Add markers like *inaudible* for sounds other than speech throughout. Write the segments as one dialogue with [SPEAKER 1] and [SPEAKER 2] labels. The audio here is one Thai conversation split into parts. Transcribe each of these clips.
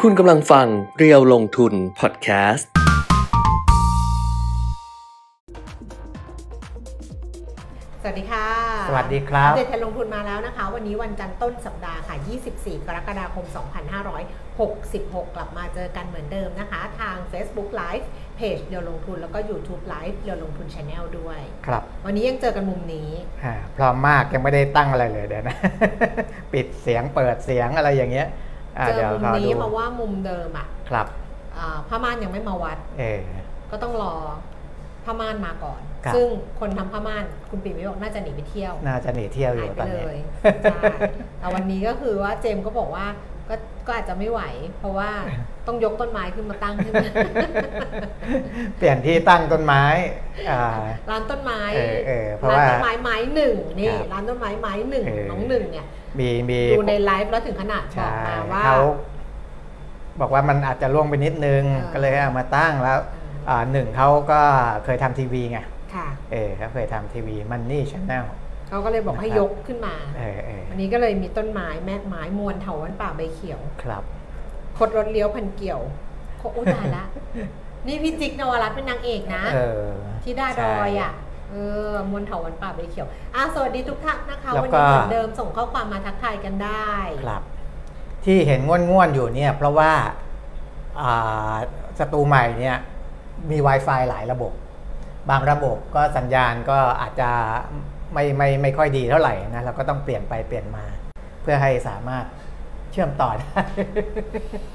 [SPEAKER 1] คุณกำลังฟังเรียวลงทุนพอดแคสต์
[SPEAKER 2] สวัสดีค่ะ
[SPEAKER 3] สวัสดีครับ
[SPEAKER 2] อัปเดตการลงทุนมาแล้วนะคะ วันนี้วันจันทร์ต้นสัปดาห์ค่ะ 24 กรกฎาคม 2566 กลับมาเจอกันเหมือนเดิมนะคะ ทาง Facebook Live เพจเดียวลงทุนแล้วก็ YouTube Live เดียวลงทุน Channel ด้วย
[SPEAKER 3] ครับ
[SPEAKER 2] วันนี้ยังเจอกันมุมนี้
[SPEAKER 3] อ่าพร้อมมากยังไม่ได้ตั้งอะไรเลยเดี๋ยวนะ *laughs* ปิดเสียงเปิดเสียงอะไรอย่างเงี้ยอ่า
[SPEAKER 2] เจอ
[SPEAKER 3] เดี๋ยว
[SPEAKER 2] มุม
[SPEAKER 3] รอ
[SPEAKER 2] นี้
[SPEAKER 3] ดู
[SPEAKER 2] มาว่ามุมเดิมอ่ะ
[SPEAKER 3] ครับ
[SPEAKER 2] อ่าพม่านยังไม่มาวัด
[SPEAKER 3] เออ
[SPEAKER 2] ก็ต้องรอพม่านมาก่อน
[SPEAKER 3] ครับ
[SPEAKER 2] ซึ่งคนทำพม่านคุณปิ่นไม่บอกน่าจะหนีไปเที่ยว
[SPEAKER 3] น่าจะหนีเที่ยวอ
[SPEAKER 2] หาย
[SPEAKER 3] ยู่
[SPEAKER 2] ไป
[SPEAKER 3] ตอน
[SPEAKER 2] เล
[SPEAKER 3] นี้
[SPEAKER 2] ยใช่แต่วันนี้ก็คือว่าเจมส์ก็บอกว่าก็ก็อาจจะไม่ไหว เพราะ
[SPEAKER 3] *laughs*
[SPEAKER 2] ว่าต้องยกต้นไม้ขึ้นมา *laughs* ตั้งใช่ไหม
[SPEAKER 3] *laughs* เปลี่ยนที่ตั้งต้นไม้อ่า
[SPEAKER 2] ร้านต้นไม้
[SPEAKER 3] เออเออเพราะ
[SPEAKER 2] ร้าน
[SPEAKER 3] ว่า
[SPEAKER 2] ต้นไม้ไม้หนึ่งนี่
[SPEAKER 3] ครับ
[SPEAKER 2] ร้านต้นไม้ไม้หนึ่ง
[SPEAKER 3] เออ
[SPEAKER 2] น้องหนึ่งเนี่ย
[SPEAKER 3] มีมี
[SPEAKER 2] ดูในไลฟ์แล้วถึงขนาดบอก
[SPEAKER 3] ใช่
[SPEAKER 2] มาว่า
[SPEAKER 3] เขาบอกว่ามันอาจจะล่วงไปนิดนึง
[SPEAKER 2] เออ
[SPEAKER 3] ก็เลยเอามาตั้งแล้ว
[SPEAKER 2] เอออ่
[SPEAKER 3] าหนึ่งเขาก็เคยทำทีวีไง
[SPEAKER 2] ค่ะ
[SPEAKER 3] เออเขาเคยทำทีวีมันนี่ชแนล
[SPEAKER 2] เขาก็เลยบอกให้ยกขึ้นมา
[SPEAKER 3] เออเออ
[SPEAKER 2] วันนี้ก็เลยมีต้นไม้แม่กไม้มวลเถาวันป่าใบเขียว
[SPEAKER 3] ครับ
[SPEAKER 2] คดรถเลี้ยวพันเกี่ยวโคโอ้ตายละ
[SPEAKER 3] *laughs*
[SPEAKER 2] นี่พี่จิ๊กนวรัตน์เป็นนางเอกนะ
[SPEAKER 3] เออ
[SPEAKER 2] ที่ดาดอยอ่ะ
[SPEAKER 3] ใช่
[SPEAKER 2] เออ มวลเถาวันป่าใบเขียว อ่ะ สวัสดีทุกท่านนะคะ
[SPEAKER 3] แล้ว
[SPEAKER 2] วัน
[SPEAKER 3] ก็
[SPEAKER 2] นี้เหมือนเดิมส่งข้อความมาทักทายกันได้
[SPEAKER 3] ครับที่เห็นง่วนๆอยู่เนี่ยเพราะว่าอ่าสตูใหม่เนี่ยมี Wi-Fi หลายระบบ บางระบบก็สัญญาณก็อาจจะไม่ไม่ไม่ค่อยดีเท่าไหร่นะเราก็ต้องเปลี่ยนไปเปลี่ยนมา เพื่อให้สามารถเชื่อมต่อได้ *laughs*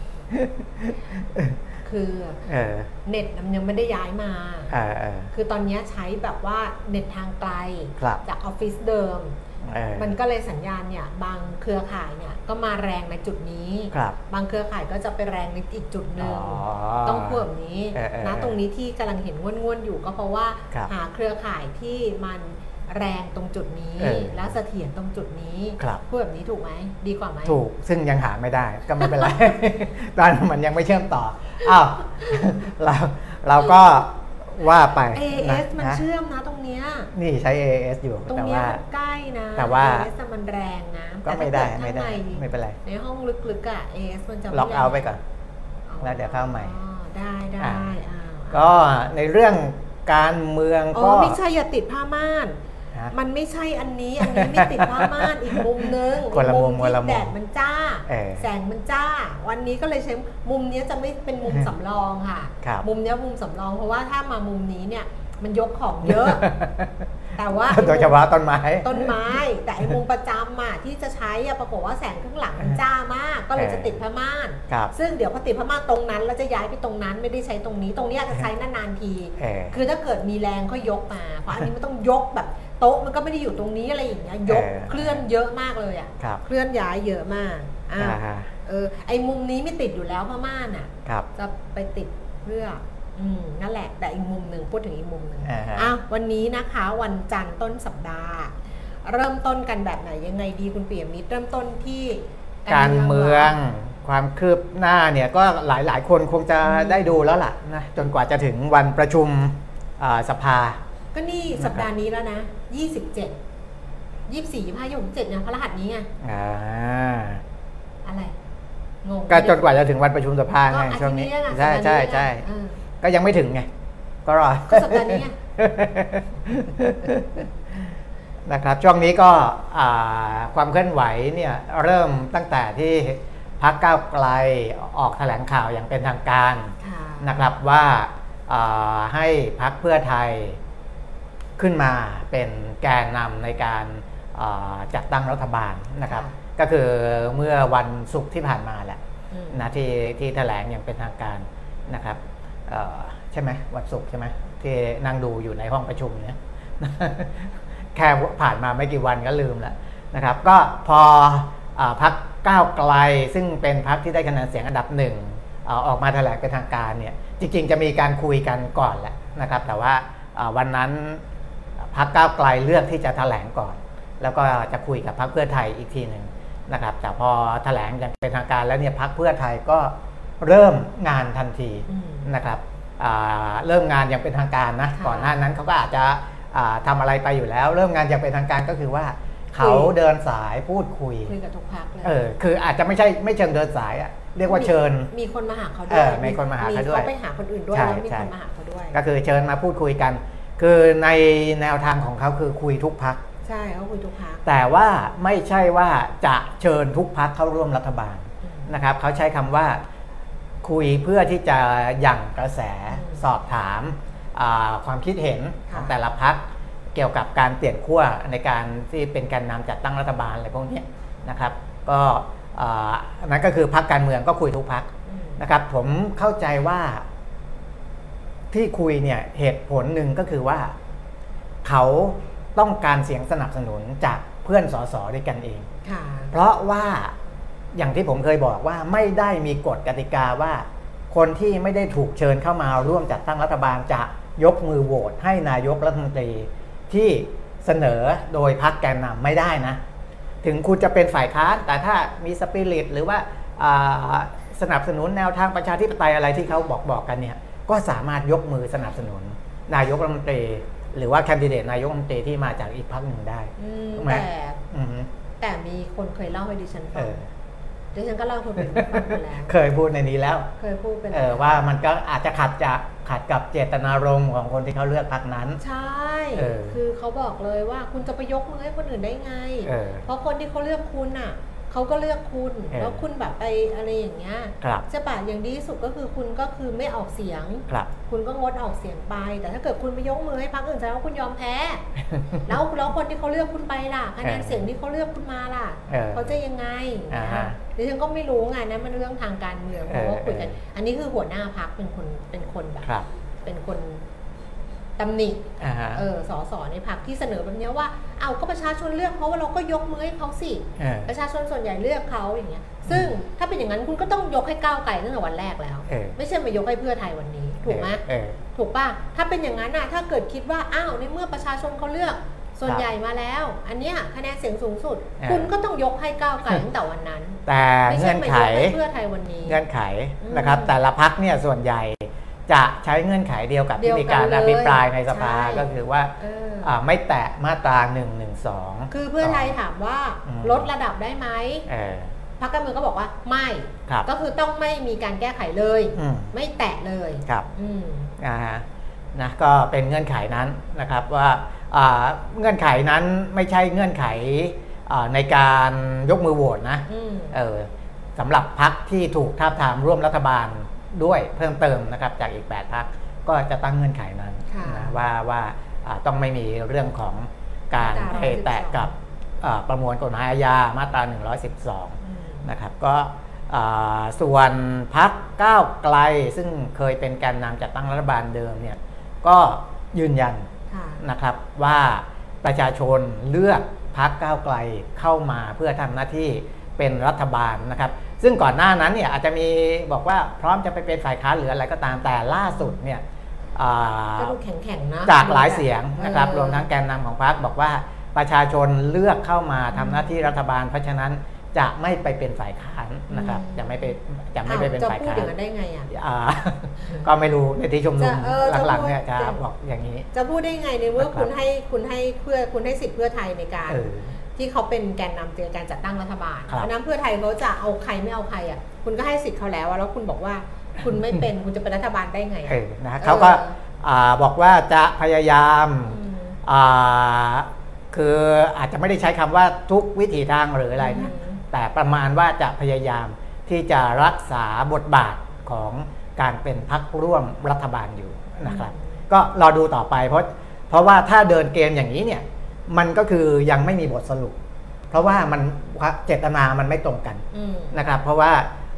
[SPEAKER 2] คือ
[SPEAKER 3] เออ
[SPEAKER 2] เน็ตมันยังไม่ได้ย้ายมา
[SPEAKER 3] เออเออ
[SPEAKER 2] คือตอนเนี้ยใช้แบบว่าเน็ตทางไกล
[SPEAKER 3] ครับ
[SPEAKER 2] จากออฟฟิศเดิม
[SPEAKER 3] เออ
[SPEAKER 2] มันก็เลยสัญญาณเนี่ย บางเครือข่ายเนี่ย ก็มาแรงในจุดนี้
[SPEAKER 3] ครับ
[SPEAKER 2] บางเครือข่ายก็จะไปแรงในอีกจุดหนึ่ง
[SPEAKER 3] อ๋อ
[SPEAKER 2] ต้องพูดแบบนี้
[SPEAKER 3] เออเออ
[SPEAKER 2] นะ
[SPEAKER 3] เออ
[SPEAKER 2] ตรงนี้ที่กำลังเห็นง่วนๆอยู่ก็เพราะว่า
[SPEAKER 3] ครับ
[SPEAKER 2] หาเครือข่ายที่มันแรงตรงจุดนี้
[SPEAKER 3] เออ
[SPEAKER 2] และเสถียรตรงจุดนี้
[SPEAKER 3] ครับ
[SPEAKER 2] พูดแบบนี้ถูกไหมดีกว่าไหม
[SPEAKER 3] ถูกซึ่งยังหาไม่ได้ก็ไม่เป็นไร *laughs* ตอนมันยังไม่เชื่อมต่ออ้าว *laughs* เราเราก็ว่าไป
[SPEAKER 2] เอเอ
[SPEAKER 3] นะ
[SPEAKER 2] สมัน
[SPEAKER 3] นะ
[SPEAKER 2] เชื่อมนะตรงเนี้ย
[SPEAKER 3] นี่ใช้ AAS อยู่
[SPEAKER 2] ตรง
[SPEAKER 3] แต่
[SPEAKER 2] เนี้ย
[SPEAKER 3] ว่า
[SPEAKER 2] มันใกล้นะ
[SPEAKER 3] แต่ว่า
[SPEAKER 2] เอสมันแรงนะ
[SPEAKER 3] ก็
[SPEAKER 2] แต่
[SPEAKER 3] ไม่ได้
[SPEAKER 2] ถ้าเกิ
[SPEAKER 3] ไม่ได้
[SPEAKER 2] ข้างใน
[SPEAKER 3] ไม่เป็นไร
[SPEAKER 2] ในห้องลึกๆอะเอสมันจะม่
[SPEAKER 3] ล็อก
[SPEAKER 2] แรง
[SPEAKER 3] เอาท์ไปก่อน
[SPEAKER 2] อ๋อ
[SPEAKER 3] แล้วเดี๋ยวเข้าใหม่
[SPEAKER 2] อ๋อได้ได้
[SPEAKER 3] อ่า
[SPEAKER 2] อ่า
[SPEAKER 3] ก็ในเรื่องการเมือง
[SPEAKER 2] อ๋
[SPEAKER 3] ก็
[SPEAKER 2] อไม่ใช่อย่าติดผ้าม่าน
[SPEAKER 3] ฮะ
[SPEAKER 2] มันไม่ใช่อันนี้ อันนี้ไม่ติดผ้าม่านอีกมุมนึง
[SPEAKER 3] คนละมุม
[SPEAKER 2] อีก
[SPEAKER 3] คนละมุม
[SPEAKER 2] ที่แดดมันจ้า
[SPEAKER 3] เออ
[SPEAKER 2] แสงมันจ้า วันนี้ก็เลยใช้มุมเนี้ยจะไม่เป็นมุมสำรองค่ะ
[SPEAKER 3] ครับ
[SPEAKER 2] มุมเนี้ยมุมสำรองเพราะว่าถ้ามามุมนี้เนี่ยมันยกของเย
[SPEAKER 3] *laughs*
[SPEAKER 2] อะ แต่ว่าไอ้มุม
[SPEAKER 3] โดยเฉพาะ *laughs* ต้นไม้
[SPEAKER 2] *laughs* ต้นไม้ แต่ไอ้มุมประจำอ่ะที่จะใช้อะปรากฏว่าแสงข้างหลังมันจ้ามาก ก็เลยจะติดผ้าม่าน
[SPEAKER 3] ครับ
[SPEAKER 2] ซึ่งเดี๋ยวพอติดผ้าม่านตรงนั้นเราจะย้ายไปตรงนั้นไม่ได้ใช้ตรงนี้ตรงเนี้ยจะใช้นานๆที
[SPEAKER 3] เออ
[SPEAKER 2] คือถ้าเกิดมีแรงก็ยกมา เพราะอันนี้มันต้องยกแบบโต๊ะมันก็ไม่ได้อยู่ตรงนี้อะไรอย่างเงี้ยยก
[SPEAKER 3] เออ
[SPEAKER 2] เคลื่อนเยอะมากเลยอ่ะ
[SPEAKER 3] ครับ
[SPEAKER 2] เคลื่อนย้ายเยอะมากอ่า
[SPEAKER 3] อ่าฮะ
[SPEAKER 2] เออไอมุมนี้ไม่ติดอยู่แล้วพม่านอ่ะ
[SPEAKER 3] ครับ
[SPEAKER 2] จะไปติดเพื่ออืมนั่นแหละ แต่อีกมุมหนึ่งพูดถึงอีกมุมหนึ่ง
[SPEAKER 3] อ่าฮะ
[SPEAKER 2] อ้าววันนี้นะคะวันจันทร์ต้นสัปดาห์ เริ่มต้นกันแบบไหนยังไงดีคุณเปียมิตรเริ่มต้นที่
[SPEAKER 3] การเมืองความคืบหน้าเนี่ยก็หลายๆ คนคงจะได้ดูแล้วล่ะนะจนกว่าจะถึงวันประชุมอ่าสภา
[SPEAKER 2] ก็นี่สัปดาห์นี้แล้วนะ27 24 25 27เนี่ยพระรหัสนี้ไง
[SPEAKER 3] อ่า
[SPEAKER 2] อะไร งง
[SPEAKER 3] ก็จนกว่าจะถึงวันประชุมสภา
[SPEAKER 2] ก็
[SPEAKER 3] ไง
[SPEAKER 2] อาทิ
[SPEAKER 3] ช่ว
[SPEAKER 2] ต
[SPEAKER 3] ง
[SPEAKER 2] ย์
[SPEAKER 3] นี้
[SPEAKER 2] นี้อะ
[SPEAKER 3] ใช่ใช่ใช่
[SPEAKER 2] เออ
[SPEAKER 3] ก็ยังไม่ถึงไง ก็รอ
[SPEAKER 2] ก็สัปดาห์นี้อะ
[SPEAKER 3] นะครับช่วงนี้ก็อ่าความเคลื่อนไหวเนี่ยเริ่มตั้งแต่ที่พักก้าวไกลออกแถลงข่าวอย่างเป็นทางการ
[SPEAKER 2] ค่ะ
[SPEAKER 3] นะครับว่าอ่าให้พักเพื่อไทยขึ้นมาเป็นแกนนำในการอ่าจัดตั้งรัฐบาลนะครับ ก็คือเมื่อวันศุกร์ที่ผ่านมาแหละ
[SPEAKER 2] อืม
[SPEAKER 3] นะที่ที่แถลงอย่างเป็นทางการนะครับเอ่อใช่ไหมวันศุกร์ใช่ไหมที่นั่งดูอยู่ในห้องประชุมเนี่ย *laughs* แค่ผ่านมาไม่กี่วันก็ลืมแล้วนะครับ ก็พอเออพักก้าวไกลซึ่งเป็นพักที่ได้คะแนนเสียงอันดับหนึ่งเอ่อออกมาแถลงเป็นทางการเนี่ยจริงๆจะมีการคุยกันก่อนแหละนะครับ แต่ว่าเอ่อวันนั้นพักก้าวไกลเลือกที่จะแถลงก่อน แล้วก็จะคุยกับพักเพื่อไทยอีกทีหนึ่งนะครับ แต่พอแถลงอย่างเป็นทางการแล้วเนี่ยพักเพื่อไทยก็เริ่มงานทันที
[SPEAKER 2] อืม
[SPEAKER 3] นะครับอ่าเริ่มงานอย่างเป็นทางการนะ
[SPEAKER 2] ค่ะ
[SPEAKER 3] ก่อนหน้านั้นเขาก็อาจจะอ่าทำาอะไรไปอยู่แล้ว เริ่มงานอย่างเป็นทางการก็คือว่า เขา
[SPEAKER 2] คุย
[SPEAKER 3] เดินสายพูดคุย
[SPEAKER 2] คุยกับทุกพักเลย
[SPEAKER 3] เออคืออาจจะไม่ใช่ไม่เชิงเดินสายอะ เรียกว่าเชิญ
[SPEAKER 2] มีคนมาหาเขาด้
[SPEAKER 3] เอ
[SPEAKER 2] วย
[SPEAKER 3] อมีคนมาหาเขาด้วย
[SPEAKER 2] เขาไปหาคนอื่นด้วย
[SPEAKER 3] ใช่
[SPEAKER 2] แล้วมี
[SPEAKER 3] ใช่
[SPEAKER 2] คนมาหาเขาด้วย
[SPEAKER 3] ก็คือเชิญมาพูดคุยกัน คือในแนวทางของเขาคือคุยทุกพัก
[SPEAKER 2] ใช่เขาคุยทุกพัก
[SPEAKER 3] แต่ว่าไม่ใช่ว่าจะเชิญทุกพักเข้าร่วมรัฐบาลนะครับเขาใช้คำว่าคุยเพื่อที่จะหยั่งกระแสสอบถามอ่าความคิดเห็นของแต่ละพักเกี่ยวกับการเปลี่ยนขั้วในการที่เป็นแการนำจัดตั้งรัฐบาลอะไรพวกเนี้ยนะครับ ก็อ่าอันนั้นก็คือพักการเมืองก็คุยทุกพัก
[SPEAKER 2] อืม
[SPEAKER 3] นะครับผมเข้าใจว่าที่คุยเนี่ยเหตุผลหนึ่งก็คือว่า เขาต้องการเสียงสนับสนุนจากเพื่อนสสด้วยกันเอง
[SPEAKER 2] ค่ะ
[SPEAKER 3] เพราะว่าอย่างที่ผมเคยบอกว่าไม่ได้มีกฎกติกาว่า คนที่ไม่ได้ถูกเชิญเข้ามาร่วมจัดตั้งรัฐบาลจะยกมือโหวตให้นายกรัฐมนตรีที่เสนอโดยพรรคแกนนำไม่ได้นะ ถึงคุณจะเป็นฝ่ายค้าน แต่ถ้ามีสปิริตหรือว่าอ่าสนับสนุนแนวทางประชาธิปไตยอะไรที่เขาบอกบอกกันเนี่ยก็สามารถยกมือสนับสนุน นายกรัฐมนตรี หรือว่าแคนดิเดตนายกรัฐมนตรีที่มาจากอีกพรรคหนึ่งได้
[SPEAKER 2] อืม
[SPEAKER 3] แม่
[SPEAKER 2] แต่
[SPEAKER 3] อือฮึ
[SPEAKER 2] แต่มีคนเคยเล่าให้ดิฉัน
[SPEAKER 3] เอ
[SPEAKER 2] ฟัง
[SPEAKER 3] อ
[SPEAKER 2] ดิฉันก็เล่าให้คนอื่นฟังไปแล้ว
[SPEAKER 3] เคยพูดในนี้แล้ว
[SPEAKER 2] เคยพูดเป็น
[SPEAKER 3] เออว่ามันก็อาจจะขัดจะขัดกับเจตนารมณ์ของคนที่เขาเลือกพรรคนั้น
[SPEAKER 2] ใช่
[SPEAKER 3] เออ
[SPEAKER 2] คือเขาบอกเลยว่าคุณจะไปยกมือให้คนอื่นได้ไง
[SPEAKER 3] เออ
[SPEAKER 2] เพราะคนที่เขาเลือกคุณน่ะเขาก็เลือกคุณ
[SPEAKER 3] เออ
[SPEAKER 2] แล้วคุณแบบไปอะไรอย่างเงี้ย
[SPEAKER 3] กลับ
[SPEAKER 2] จะปะอย่างดีที่สุดก็คือคุณก็คือไม่ออกเสียง
[SPEAKER 3] กลับ *laughs*
[SPEAKER 2] คุณก็งดออกเสียงไป แต่ถ้าเกิดคุณไปยกมือให้พรรคอื่นแสดงว่าคุณยอมแพ้ แล้วแล้วคนที่เขาเลือกคุณไปล่ะคะแนน
[SPEAKER 3] เออ
[SPEAKER 2] เสียงที่เขาเลือกคุณมาล่ะ
[SPEAKER 3] เออ
[SPEAKER 2] เขาจะยังไง
[SPEAKER 3] อ่าฮะ
[SPEAKER 2] ดิฉันก็ไม่รู้ไงนะมันเรื่องทางการเมือง
[SPEAKER 3] เอ
[SPEAKER 2] เพราะ
[SPEAKER 3] อ
[SPEAKER 2] ว่าคุยกัน
[SPEAKER 3] เอออั
[SPEAKER 2] อันนี้คือหัวหน้าพักเป็นคนเป็นคนแบบ
[SPEAKER 3] กลับ
[SPEAKER 2] เป็นคนตำหนิ
[SPEAKER 3] อ่าฮะ
[SPEAKER 2] เออสอสอในพักที่เสนอแบบเนี้ยว่า เอาก็ประชาชนเลือกเขาว่าเราก็ยกมือให้เขาสิ
[SPEAKER 3] เออ
[SPEAKER 2] ประชาชนส่วนใหญ่เลือกเขาอย่างเงี้ย ซึ่งถ้าเป็นอย่างนั้นคุณก็ต้องยกให้ก้าวไกลตั้งแต่วันแรกแล้ว
[SPEAKER 3] เออ
[SPEAKER 2] ไม่ใช่มายกให้เพื่อไทยวันนี้ ถูกไหม
[SPEAKER 3] เออ
[SPEAKER 2] ถูกป่ะ ถ้าเป็นอย่างนั้นน่ะ ถ้าเกิดคิดว่า อ้าวในเมื่อประชาชนเขาเลือก ส่วน
[SPEAKER 3] ครับ
[SPEAKER 2] ใหญ่มาแล้ว อันเนี้ยคะแนนเสียงสูงสุด
[SPEAKER 3] อ่า
[SPEAKER 2] คุณก็ต้องยกให้ก้าวไกลตั้งแต่วัน
[SPEAKER 3] *laughs*
[SPEAKER 2] นั้น
[SPEAKER 3] แต่
[SPEAKER 2] ไม่ใช่
[SPEAKER 3] เงื่อน
[SPEAKER 2] มา
[SPEAKER 3] ไข
[SPEAKER 2] ยกให้เพื่อไทยวันนี้
[SPEAKER 3] เงื่อนไข
[SPEAKER 2] อืม
[SPEAKER 3] นะครับ แต่ละพักเนี่ยส่วนใหญ่จะใช้เงื่อนไขเดียวกับ
[SPEAKER 2] เดี
[SPEAKER 3] ที่
[SPEAKER 2] ยวกัน
[SPEAKER 3] มีการอภิปรายในสภา
[SPEAKER 2] ใช่
[SPEAKER 3] ก็คือว่า
[SPEAKER 2] เออ
[SPEAKER 3] อ่าไม่แตะมาตรา1นึ
[SPEAKER 2] คือเพื่อไทยถามว่าลดระดับได้ไหม
[SPEAKER 3] เออ
[SPEAKER 2] พรรคการเมืองก็บอกว่าไม่
[SPEAKER 3] ครับ
[SPEAKER 2] ก็คือต้องไม่มีการแก้ไขเลย
[SPEAKER 3] อืม
[SPEAKER 2] ไม่แตะเลย
[SPEAKER 3] ครับ
[SPEAKER 2] อืม
[SPEAKER 3] อ่าฮะนะก็เป็นเงื่อนไขนั้นนะครับว่าอ่าเงื่อนไขนั้นไม่ใช่เงื่อนไขอ่าในการยกมือโหวตนะ
[SPEAKER 2] อืม
[SPEAKER 3] เออสำหรับพักที่ถูกทาบทามร่วมรัฐบาลด้วยเพิ่มเติมนะครับจากอีก 8พักก็จะตั้งเงื่อนไขนั้น
[SPEAKER 2] ค่ะ
[SPEAKER 3] นะว่าว่าอ่าต้องไม่มีเรื่องของการ
[SPEAKER 2] มาตรา
[SPEAKER 3] ไป
[SPEAKER 2] 112
[SPEAKER 3] แตะกับอ่าประมวลกฎหมายอาญามาตรา 112
[SPEAKER 2] อืม
[SPEAKER 3] นะครับก็อ่าส่วนพักก้าวไกลซึ่งเคยเป็นแกนนำจัดตั้งรัฐบาลเดิมเนี่ยก็ยืนยัน
[SPEAKER 2] ค่ะ
[SPEAKER 3] นะครับว่าประชาชนเลือกพักก้าวไกลเข้ามาเพื่อทำหน้าที่เป็นรัฐบาลนะครับซึ่งก่อนหน้านั้นเนี่ยอาจจะมีบอกว่าพร้อมจะไปเป็นฝ่ายค้านหรืออะไรก็ตามแต่ล่าสุดเนี่ยอ่า
[SPEAKER 2] ก็ดูแข็งๆนะ
[SPEAKER 3] จากหลายเสียงนะครับ
[SPEAKER 2] เออ
[SPEAKER 3] รวมทั้งแกนนำของพรรคบอกว่าประชาชนเลือกเข้ามาทำหน้าที่รัฐบาล เพราะฉะนั้นจะไม่ไปเป็นฝ่ายค้านนะครับจะไม่ไปจะไม่ไปเป็นฝ่าย
[SPEAKER 2] อ้วจะพูดอ
[SPEAKER 3] ค้า
[SPEAKER 2] ย่าง
[SPEAKER 3] น
[SPEAKER 2] นั้นได้ไงอ่ะ
[SPEAKER 3] อ่า *laughs* ก็ไม่รู้ในที่ชุมนุม
[SPEAKER 2] จะเออจะ
[SPEAKER 3] หลัง
[SPEAKER 2] พูด
[SPEAKER 3] ๆเนี่ยจะ
[SPEAKER 2] จะ
[SPEAKER 3] บอกอย่างนี้
[SPEAKER 2] จะพูดได้ไงในเมื่อ
[SPEAKER 3] นะครับ
[SPEAKER 2] คุณให้คุณให้เพื่อคุณให้สิทธิ์เพื่อไทยในการ
[SPEAKER 3] เออ
[SPEAKER 2] ที่เขาเป็นแกนนำเจอการจัดตั้งรัฐบาล
[SPEAKER 3] ครับ
[SPEAKER 2] เพราะฉะนั้นเพื่อไทยเขาจะเอาใครไม่เอาใครอ่ะคุณก็ให้สิทธิ์เขาแล้วอะแล้วคุณบอกว่าคุณไม่เป็น คุณจะเป็นรัฐบาลได้ไงอะ
[SPEAKER 3] เออนะเขาก็อ่าบอกว่าจะพยายาม
[SPEAKER 2] ม
[SPEAKER 3] อ่าคืออาจจะไม่ได้ใช้คำว่าทุกวิถีทางหรืออะไรนะ
[SPEAKER 2] อืม
[SPEAKER 3] แต่ประมาณว่าจะพยายามที่จะรักษาบทบาทของการเป็นพักร่วมรัฐบาลอยู่นะครับ ก็รอดูต่อไปเพราะเพราะว่าถ้าเดินเกมอย่างนี้เนี่ยมันก็คือยังไม่มีบทสรุป เพราะว่ามันเจตนามันไม่ตรงกัน
[SPEAKER 2] อืม
[SPEAKER 3] นะครับเพราะว่า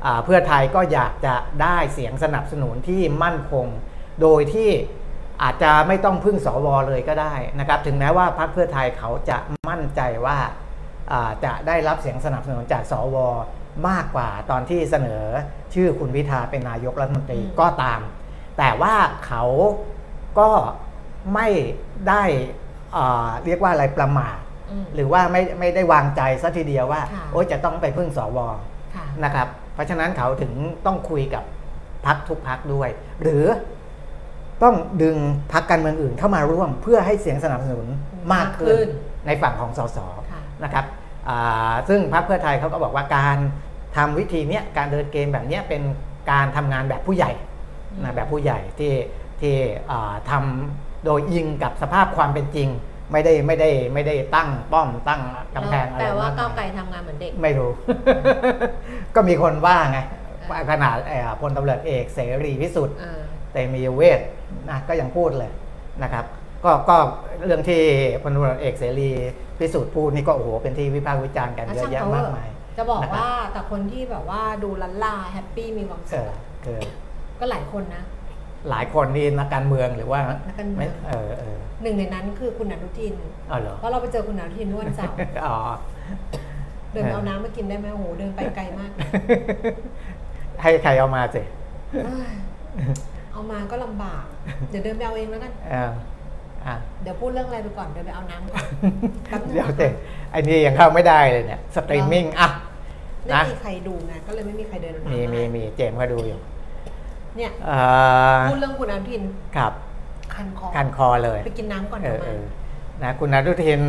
[SPEAKER 3] อ่าเพื่อไทยก็อยากจะได้เสียงสนับสนุนที่มั่นคง โดยที่อาจจะไม่ต้องพึ่งสวเลยก็ได้นะครับถึงแม้ว่าพรรคเพื่อไทยเขาจะมั่นใจว่าอ่าจะได้รับเสียงสนับสนุนจากสวมากกว่าตอนที่เสนอชื่อคุณวิธาเป็นนายกรัฐมนตรี
[SPEAKER 2] อืม
[SPEAKER 3] ก็ตาม แต่ว่าเขาก็ไม่ได้อ่าเรียกว่าอะไรประมาท
[SPEAKER 2] อืม
[SPEAKER 3] หรือว่าไม่ไม่ได้วางใจซะทีเดียวว่า
[SPEAKER 2] ค่ะ
[SPEAKER 3] โอ้ยจะต้องไปพึ่งสว
[SPEAKER 2] ค่ะ
[SPEAKER 3] นะครับ เพราะฉะนั้นเขาถึงต้องคุยกับพักทุกพักด้วย หรือต้องดึงพักการเมืองอื่นเข้ามาร่วมเพื่อให้เสียงสนับสนุนมากขึ้
[SPEAKER 2] มากขึ้
[SPEAKER 3] น
[SPEAKER 2] น
[SPEAKER 3] ในฝั่งของสส
[SPEAKER 2] ค่ะ
[SPEAKER 3] นะครับอ่าซึ่งพักเพื่อไทยเขาก็บอกว่าการ ทำวิธีเนี้ยการเดินเกมแบบเนี้ยเป็นการทำงานแบบผู้ใหญ่นะแบบผู้ใหญ่ที่ที่อ่าทำโดยอิงกับสภาพความเป็นจริง ไม่ได้ไม่ได้ไม่ได้ตั้งป้อมตั้งกำแพงอะไร
[SPEAKER 2] แปลว่าม
[SPEAKER 3] าก
[SPEAKER 2] ก้าว
[SPEAKER 3] มาย
[SPEAKER 2] ไกลทำงานเหมือนเด็ก
[SPEAKER 3] ไม่รู้ *laughs* ก็มีคนว่าไง
[SPEAKER 2] อ่า
[SPEAKER 3] ขนาดเอ่อพลตำรวจเอกเสรีพิสุทธิ์
[SPEAKER 2] เออ
[SPEAKER 3] เตมียเวทนะก็ยังพูดเลยนะครับ ก็ก็เรื่องที่พลตำรวจเอกเสรีพิสุทธิ์พูดนี่ก็โอ้โหเป็นที่วิพากษ์วิจารณ์กันเยอะแยะมากมาย
[SPEAKER 2] จะบอก
[SPEAKER 3] นะครับ
[SPEAKER 2] ว่าแต่คนที่แบบว่าดูลันลาแฮปปี้มีความ
[SPEAKER 3] เอ
[SPEAKER 2] สุข
[SPEAKER 3] อ
[SPEAKER 2] อะ
[SPEAKER 3] คือ
[SPEAKER 2] ก็หลายคนนะ
[SPEAKER 3] หลายคนนี่นักการเมืองหรือว่า
[SPEAKER 2] นักการเมือง
[SPEAKER 3] ไม่เออเออ
[SPEAKER 2] หนึ่งในนั้นคือคุณอนุทิน
[SPEAKER 3] อ๋อเหรอ
[SPEAKER 2] เพราะเราไปเจอคุณอนุทินเมื่อวันเสาร์
[SPEAKER 3] *laughs* อ๋อ
[SPEAKER 2] เดินไป
[SPEAKER 3] เออ
[SPEAKER 2] เอาน้ำมากินได้ไหมโอ้โหเดินไปไกล
[SPEAKER 3] *laughs*
[SPEAKER 2] มาก
[SPEAKER 3] ให้ใครเอามาสิ
[SPEAKER 2] เอ้ยเอามาก็ลำบาก เดี๋ยวเดินไปเอาเองแล้วกัน
[SPEAKER 3] เอออ่ะ
[SPEAKER 2] เดี๋ยวพูดเรื่องอะไรไปก่อนเดินไปเอาน้ำก่อนแป๊บนึง
[SPEAKER 3] *laughs* เดี๋ยวเด็ไอ้นี่ยังเข้าไม่ได้เลยเนี่ยสตรีมมิ่งอ่ะ
[SPEAKER 2] ไม่
[SPEAKER 3] นะ
[SPEAKER 2] มีใครดูไงก็เลยไม่มีใครเดินเอาน้ำ
[SPEAKER 3] มีมี
[SPEAKER 2] า
[SPEAKER 3] มีเจมส์ก็ดูอยู่
[SPEAKER 2] เนี่ย
[SPEAKER 3] เอ่อ
[SPEAKER 2] พูดเรื่องคุณอนุทิน
[SPEAKER 3] ครับ
[SPEAKER 2] คันคอ
[SPEAKER 3] การคอเลย
[SPEAKER 2] ไปกินน้ำก่อน
[SPEAKER 3] เอ
[SPEAKER 2] เดี๋ย
[SPEAKER 3] อ
[SPEAKER 2] ว
[SPEAKER 3] เอ
[SPEAKER 2] มา
[SPEAKER 3] อนะคุณอนุทิน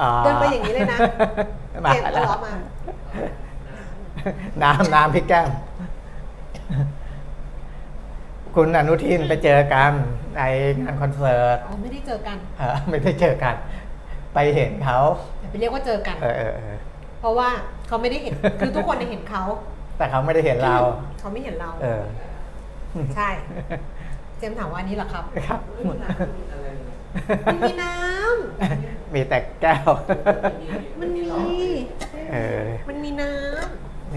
[SPEAKER 3] อ่
[SPEAKER 2] เดินไปอย่างนี้เลยนะ
[SPEAKER 3] *laughs* มา
[SPEAKER 2] เก็บ
[SPEAKER 3] แล้ว
[SPEAKER 2] ตัวมา
[SPEAKER 3] น้ำน้ำพี่แก้ม คุณอนุทินไปเจอกันในงานคอนเสิร์ต
[SPEAKER 2] อ๋อไม่ได้เจอกัน
[SPEAKER 3] เออไม่ได้เจอกัน ไปเห็นเขา
[SPEAKER 2] อย่าไปเรียกว่าเจอกัน
[SPEAKER 3] เออเออเออ
[SPEAKER 2] เพราะว่าเขาไม่ได้เห็น คือทุกคนน่ะเห็นเขา
[SPEAKER 3] แต่เขาไม่ได้เห็นเรา
[SPEAKER 2] เขาไม่เห็นเรา
[SPEAKER 3] เออ
[SPEAKER 2] ใช่ เจมส์ถามว่าอันนี้เหรอครับ
[SPEAKER 3] ครับ
[SPEAKER 2] มันมีน้
[SPEAKER 3] *laughs* มีแต่แก้ว
[SPEAKER 2] ำมันมี
[SPEAKER 3] เออ
[SPEAKER 2] มันมีน้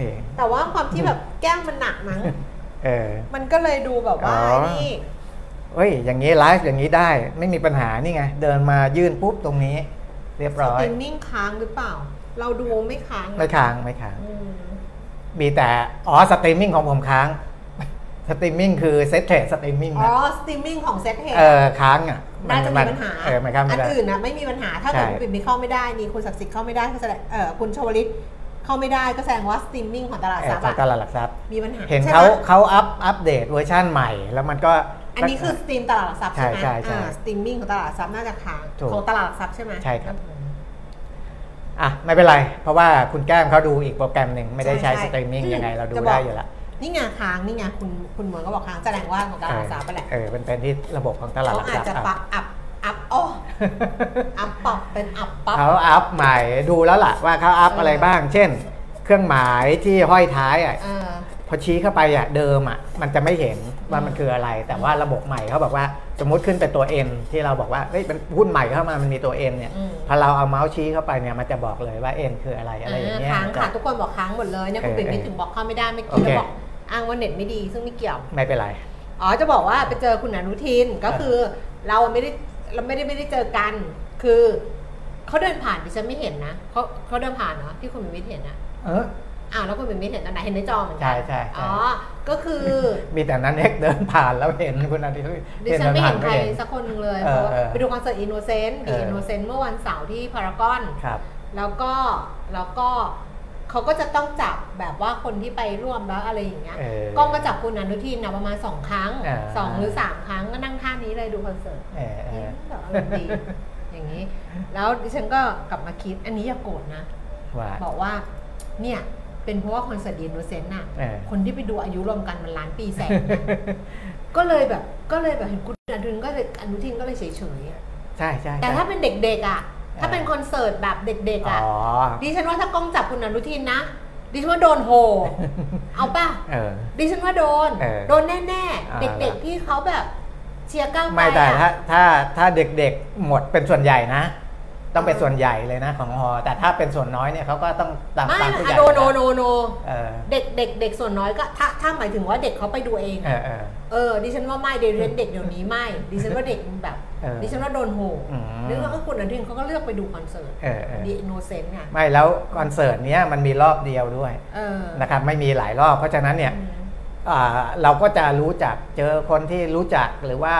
[SPEAKER 3] นี่
[SPEAKER 2] ำแต่ว่าความที่แบบแก้วมันหนัก
[SPEAKER 3] *laughs*
[SPEAKER 2] มั้ง
[SPEAKER 3] เออ
[SPEAKER 2] มันก็เลยดูแบบว่า
[SPEAKER 3] อ๋อ
[SPEAKER 2] นี่
[SPEAKER 3] เฮ้ย อย่างนี้ไลฟ์อย่างนี้ได้ ไม่มีปัญหานี่ไง เดินมายื่นปุ๊บตรงนี้ เรียบร้อย
[SPEAKER 2] ตินนิ่งค้างหรือเปล่า เราดูไม่ค้างนะ
[SPEAKER 3] ไม่ค้างไม่ค้าง
[SPEAKER 2] อืม
[SPEAKER 3] มีแต่ อ๋อ สตรีมมิ่งของผมค้าง *laughs* สตรีมมิ่งคือเซตเทรดสตรีมมิ่ง
[SPEAKER 2] อ๋
[SPEAKER 3] นะ
[SPEAKER 2] อ สตรีมมิ่งของเซตเฮด
[SPEAKER 3] เออ ค้างอ่ะ
[SPEAKER 2] น่าจะมีปัญหา
[SPEAKER 3] เออไม่ค้างไม่
[SPEAKER 2] น
[SPEAKER 3] ได้
[SPEAKER 2] อื่นนะไม่มีปัญหา ถ้าเกิด
[SPEAKER 3] ใช่
[SPEAKER 2] คุณปิ่นมีเข้าไม่ได้นี่คุณศักดิ์สิทธิ์เข้าไม่ได้ก็แสดงเออคุณชวลิตเข้าไม่ได้ก็แสดงว่าสตรีมมิ่งของตลาด
[SPEAKER 3] เอ
[SPEAKER 2] ห
[SPEAKER 3] อ
[SPEAKER 2] ลักท
[SPEAKER 3] ข
[SPEAKER 2] รัพ
[SPEAKER 3] อง
[SPEAKER 2] ย์
[SPEAKER 3] ต
[SPEAKER 2] อะ
[SPEAKER 3] ลาดหลักทรัพย์
[SPEAKER 2] มีปัญหา
[SPEAKER 3] เห็น
[SPEAKER 2] ใช่
[SPEAKER 3] เขา
[SPEAKER 2] ปะ
[SPEAKER 3] เขาอัพอัปเดตเวอร์ชั่นใหม่ แล้วมันก็
[SPEAKER 2] อันนี้คือสตรีมตลาดหลักทรัพย์ใช่ไหม
[SPEAKER 3] ใช่ใช่ใช่
[SPEAKER 2] อ่าสตรีมมิ่งของตลาดหลักทรัพย์น่าจะค้าง
[SPEAKER 3] ถูก
[SPEAKER 2] ของตลาดหลักทรัพย์ใช่ไหม
[SPEAKER 3] ใช่ครับ
[SPEAKER 2] อืม
[SPEAKER 3] อ่ะ ไม่เป็นไร เพราะว่าคุณแก้มเขาดูอีกโปรแกรมหนึ่งไม่ได้ใช้
[SPEAKER 2] ใช่
[SPEAKER 3] สตรีมมิ่ง
[SPEAKER 2] อืม
[SPEAKER 3] ยังไงเราดู
[SPEAKER 2] จะบ
[SPEAKER 3] ได้
[SPEAKER 2] อก
[SPEAKER 3] อยู่ละ
[SPEAKER 2] นี่ไงค้างนี่ไงคุณคุณเหมือนก็บอกค้างแสดงว่าของตลาดหลักทรัพย์ไปแหละ
[SPEAKER 3] เออเป็นเป็นที่ระบบของตลาด
[SPEAKER 2] เขา
[SPEAKER 3] หลัก
[SPEAKER 2] อา
[SPEAKER 3] ท
[SPEAKER 2] จ
[SPEAKER 3] รัพย์
[SPEAKER 2] จะ
[SPEAKER 3] อ่ะ
[SPEAKER 2] ปักอัพอัพโอ้อัพปรับเป็นอัพปั๊บ
[SPEAKER 3] เขาอัพใหม่ดูแล้วล่ะว่าเขาอัพ
[SPEAKER 2] เอออ
[SPEAKER 3] อะไรบ้าง เช่น เครื่องหมายที่ห้อยท้ายอ่ะ
[SPEAKER 2] เออ
[SPEAKER 3] พอชี้เข้าไปอ่ะเดิมอ่ะมันจะไม่เห็นว่ามันคืออะไร แต่ว่าระบบใหม่เขาบอกว่าสมมติขึ้นเป็นตัว N ที่เราบอกว่าเฮ้ยเป็นหุ้นใหม่เข้ามามันมีตัว N เนี่ย
[SPEAKER 2] อืม
[SPEAKER 3] พอเราเอาเมาส์ชี้เข้าไปเนี่ยมันจะบอกเลยว่า N คืออะไรอะไรอย่างเงี้ย
[SPEAKER 2] ค้าง
[SPEAKER 3] จะ
[SPEAKER 2] ค่ะทุกคนบอกค้างหมดเลยเนี่ยคุณ
[SPEAKER 3] เออ
[SPEAKER 2] ปิ่นไม่
[SPEAKER 3] เออ
[SPEAKER 2] ถึงบอกเข้าไม่ได้เมื่อ
[SPEAKER 3] โอ
[SPEAKER 2] กี้
[SPEAKER 3] เค
[SPEAKER 2] แล้วบอกอ้างว่าเน็ตไม่ดีซึ่งไม่เกี่ยว
[SPEAKER 3] ไม่เป็นไร
[SPEAKER 2] อ๋อจะบอกว่าไปเจอคุณอนุทินก็
[SPEAKER 3] เออ
[SPEAKER 2] คือเราไม่ได้เราไม่ได้ไม่ได้เจอกัน คือเขาเดินผ่านดิฉันไม่เห็นนะเขาเขาเดินผ่านเนาะที่คุณปิ่นไม่เห็นนะ
[SPEAKER 3] เออ
[SPEAKER 2] อ้าวแล้วคุณเป็นมิตรเห็นตอนไหนเห็นในจอเหมือนกั
[SPEAKER 3] ใช่ใช่ใช่
[SPEAKER 2] อ๋อ ก็คือ
[SPEAKER 3] มีแต่นั้นเอกเดินผ่านแล้ว *laughs* เห็นคุณอาทิตย์
[SPEAKER 2] ดิฉันไม่เห็นใคร
[SPEAKER 3] ดิผ่า
[SPEAKER 2] สักคนหนึ่งเลย
[SPEAKER 3] เอ
[SPEAKER 2] เพ
[SPEAKER 3] อ
[SPEAKER 2] ราะว่า
[SPEAKER 3] เออ
[SPEAKER 2] ไปดูคอนเสิร์ตอินโนเซนต์ดี
[SPEAKER 3] เออ
[SPEAKER 2] อินโนเซนต์เมื่อวันเสาร์ที่พารากอน
[SPEAKER 3] ครับ
[SPEAKER 2] แล้วก็แล้วก็เขาก็จะต้องจับแบบว่าคนที่ไปร่วมแล้วอะไรอย่างเงี้ย
[SPEAKER 3] เออ
[SPEAKER 2] กล้องก็จับคุณอนุทินนะประมาณสองครั้ง
[SPEAKER 3] อ่า
[SPEAKER 2] สองหรือสามครั้งก็นั่งท่านี้เลยดูคอนเสิร์ต
[SPEAKER 3] เออเออ
[SPEAKER 2] แบบอารมณ์ดีอย่างนี้ แล้วดิฉันก็กลับมาคิดอันนี้อย่าโกรธนะ
[SPEAKER 3] ว่า
[SPEAKER 2] บอกว่าเนี่ยเป็นเพราะว่าคอนเสิร์ตดีโนเซนต์น่ะ
[SPEAKER 3] เออ
[SPEAKER 2] คนที่ไปดูอายุรวมกันมันล้านปีแส
[SPEAKER 3] *laughs*
[SPEAKER 2] นนะก็เลยแบบก็เลยแบบเห็นคุณอนุทินก็เลยอนุทินก็เลยเฉย
[SPEAKER 3] ใช่ใช่
[SPEAKER 2] ๆ
[SPEAKER 3] ใช่
[SPEAKER 2] แต่ถ้าเป็นเด็กๆอ่ะ ถ้า
[SPEAKER 3] เออ
[SPEAKER 2] เป็นคอนเสิร์ตแบบเด็กๆ
[SPEAKER 3] อ๋
[SPEAKER 2] อ่ะ
[SPEAKER 3] อ
[SPEAKER 2] ดิฉันว่าถ้ากล้องจับคุณอนุทินนะดิฉันว่าโดนโห
[SPEAKER 3] *laughs*
[SPEAKER 2] เอาป่ะ
[SPEAKER 3] เออ
[SPEAKER 2] ดิฉันว่าโดน
[SPEAKER 3] เออ
[SPEAKER 2] โดนแน่
[SPEAKER 3] เอา
[SPEAKER 2] ๆ
[SPEAKER 3] ละ
[SPEAKER 2] เด็กๆที่เขาแบบเชียร์ก้าวไป
[SPEAKER 3] ไม่แต่ถ้า
[SPEAKER 2] อ่ะ
[SPEAKER 3] ถ้าถ้าเด็กๆหมดเป็นส่วนใหญ่นะ ต้องเป็นส่วนใหญ่เลยนะของฮอแต่ถ้าเป็นส่วนน้อยเนี่ยเขาก็ต้องตาม
[SPEAKER 2] ไม่
[SPEAKER 3] ตามผู้ใหญ่
[SPEAKER 2] อะโดนโนโนโน
[SPEAKER 3] เออ
[SPEAKER 2] เด็กเด็กเด็กส่วนน้อยก็ถ้าถ้าหมายถึงว่าเด็กเขาไปดูเอง
[SPEAKER 3] เออเออ
[SPEAKER 2] เออดิฉันว่าไม่เดยวเรียนเด็กเดี๋ยวนี้ไม่ดิฉันว่าเด็กแบบ
[SPEAKER 3] เออ
[SPEAKER 2] ดิฉันว่าโดนโห
[SPEAKER 3] อืม
[SPEAKER 2] หรือว่าคุณอนุทินเขาก็เลือกไปดูคอนเสิร์ต
[SPEAKER 3] เออเออ
[SPEAKER 2] ดีโนเซนต์ไง
[SPEAKER 3] ไม่แล้วคอนเสิร์ตเนี้ยมันมีรอบเดียวด้วย
[SPEAKER 2] เออ
[SPEAKER 3] นะครับไม่มีหลายรอบ เพราะฉะนั้นเนี่ย
[SPEAKER 2] อืม
[SPEAKER 3] อ่าเราก็จะรู้จักเจอคนที่รู้จักหรือว่า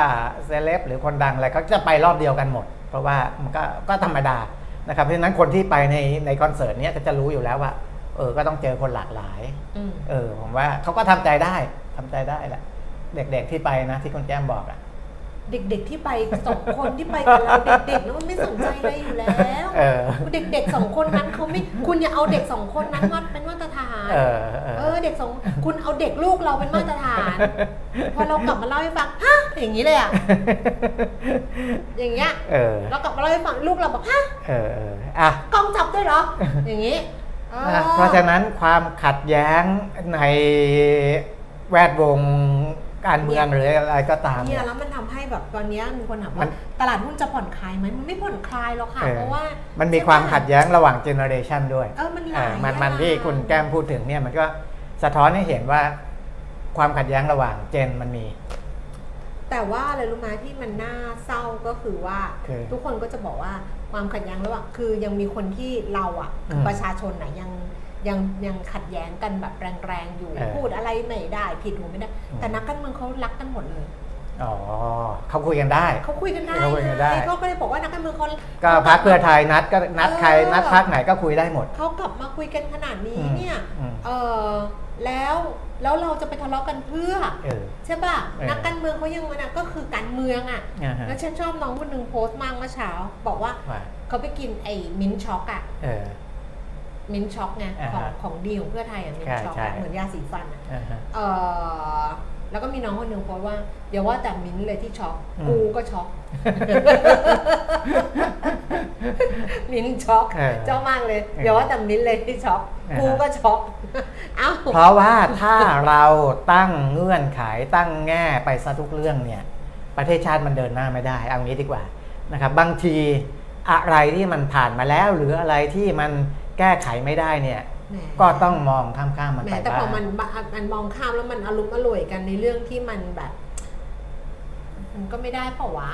[SPEAKER 3] เซเลบหรือคนดังอะไรเขาจะไปรอบเดียวกันหมด เพราะว่ามันก็ก็ธรรมดานะครับเพราะฉะนั้นคนที่ไปในในคอนเสิร์ตเนี้ยก็จะรู้อยู่แล้วว่าเออก็ต้องเจอคนหลากหลาย
[SPEAKER 2] อืม
[SPEAKER 3] เออผมว่าเขาก็ทำใจได้ทำใจได้แหละ เด็กๆที่ไปนะที่คุณแก้มบอกอะ
[SPEAKER 2] เด็กๆที่ไปสองคนที่ไปกับเราเด็กๆแล้วมันไม่สนใจอะไรอยู่แล้ว
[SPEAKER 3] เออ
[SPEAKER 2] เด็กๆสองคนนั้นเขาไม่คุณอย่าเอาเด็กสองคนนั้นมาเป็นมาตรฐาน
[SPEAKER 3] เออเออ
[SPEAKER 2] เออเด็กสองคุณเอาเด็กลูกเราเป็นมาตรฐาน พอเรากลับมาเล่าให้ฟังฮะอย่างนี้เลยอ่ะอย่างเงี้ย
[SPEAKER 3] เออ
[SPEAKER 2] เรากลับมาเล่าให้ฟังลูกเราบอกฮะ
[SPEAKER 3] เออเอออ่ะ
[SPEAKER 2] กล้องจับด้วยเหรอ อย่างนี้ออ
[SPEAKER 3] นะเพราะฉะนั้นความขัดแย้งในแวดวงการเมืองหรืออะไรก็ตาม
[SPEAKER 2] เนี่
[SPEAKER 3] เนี่ย ย
[SPEAKER 2] แล้วมันทำให้แบบตอนเนี้ยมีคนถาม
[SPEAKER 3] มั
[SPEAKER 2] ว่าน ตลาดหุ้นจะผ่อนคลายไหมมันไม่ผ่อนคลายหรอกค่ะ
[SPEAKER 3] ออ
[SPEAKER 2] เพราะว่า
[SPEAKER 3] มันมีความขัดแย้งระหว่างเจเนอเรชันด้วย
[SPEAKER 2] เออมันหลาย
[SPEAKER 3] อ่ามันมั
[SPEAKER 2] อ
[SPEAKER 3] น
[SPEAKER 2] ย่าง
[SPEAKER 3] ที่คุณแก้มพูดถึงเนี่ยมันก็สะท้อนให้เห็นว่าความขัดแย้งระหว่างเจนมันมี
[SPEAKER 2] แต่ว่าอะไรรู้ไหมที่มันน่าเศร้าก็คือว่า
[SPEAKER 3] คือ
[SPEAKER 2] ทุกคนก็จะบอกว่าความขัดแย้งระหว่างคือยังมีคนที่เราอ่ะ
[SPEAKER 3] อืม
[SPEAKER 2] ประชาชนน่ะยังยังยังขัดแย้งกันแบบแรงๆอยู่
[SPEAKER 3] เออ
[SPEAKER 2] พูดอะไรไม่ได้ผิดหูไม่ได้
[SPEAKER 3] อืม
[SPEAKER 2] แต่นักการเมืองเขารักกันหมดเลย
[SPEAKER 3] อ๋อเขาคุยกันได้
[SPEAKER 2] เขาคุยกันได้
[SPEAKER 3] เขาคุยกันได้
[SPEAKER 2] ไงเขาก็เลยบอกว่านักการเมืองเขา
[SPEAKER 3] ก็พักเพื่อไทยนัดก็นัดใคร
[SPEAKER 2] เออ
[SPEAKER 3] นัดพักไหนก็คุยได้หมด
[SPEAKER 2] เขากลับมาคุยกันขนาดนี้
[SPEAKER 3] อืม
[SPEAKER 2] เนี่ย
[SPEAKER 3] อืม
[SPEAKER 2] เออแล้วแล้วเราจะไปทะเลาะกันเพื่อ
[SPEAKER 3] เออ
[SPEAKER 2] ใช่ป่ะ
[SPEAKER 3] เออ
[SPEAKER 2] นักการเมืองเขายังมันอะก็คือการเมืองอะ
[SPEAKER 3] อ่าฮะ
[SPEAKER 2] แล้วฉันชอบน้องคนหนึ่งโพสต์มากเมื่อเช้า บอกว่า
[SPEAKER 3] ว่า
[SPEAKER 2] เขาไปกินไอ้มิ้นท์ช็อกอะ
[SPEAKER 3] เออ
[SPEAKER 2] มิ้นท์ช็อกไง
[SPEAKER 3] อ่า
[SPEAKER 2] ของ
[SPEAKER 3] ฮะ
[SPEAKER 2] ของดีของเพื่อไทยอะมิ้นท์
[SPEAKER 3] ใช่
[SPEAKER 2] ช็อกอะ
[SPEAKER 3] ใช่
[SPEAKER 2] เหมือนยาสีฟันอะ
[SPEAKER 3] อ่าฮะ
[SPEAKER 2] เออแล้วก็มีน้องคนหนึ่งโพสต์ว่าอย่าว่าแต่มิ้นท์เลยที่ช็อก
[SPEAKER 3] อืม
[SPEAKER 2] กูก็ช็
[SPEAKER 3] *laughs*
[SPEAKER 2] อก มิ้นท์ช็อก
[SPEAKER 3] เออ
[SPEAKER 2] เจ้ามากเลยอย่าว่าแต่มิ้นท์เลยที่ช็อกกูก็ช็
[SPEAKER 3] *laughs*
[SPEAKER 2] อกเอ้า
[SPEAKER 3] เพราะว่าถ้าเราตั้งเงื่อนไขตั้งแง่ไปซะทุกเรื่องเนี่ย ประเทศชาติมันเดินหน้าไม่ได้ เอางี้ดีกว่านะครับบางทีอะไรที่มันผ่านมาแล้ว หรืออะไรที่มันแก้ไขไม่ได้เนี่ย
[SPEAKER 2] แหม
[SPEAKER 3] ก็ต้องมองข้ามๆมัน
[SPEAKER 2] แห
[SPEAKER 3] ไป
[SPEAKER 2] ม้แต่
[SPEAKER 3] บ้า
[SPEAKER 2] พอง
[SPEAKER 3] *laughs*
[SPEAKER 2] มันบะมันมองข้ามแล้วมันอารมณ์อร่วยกันในเรื่องที่มันแบบ มันก็ไม่ได้เปล่าวะ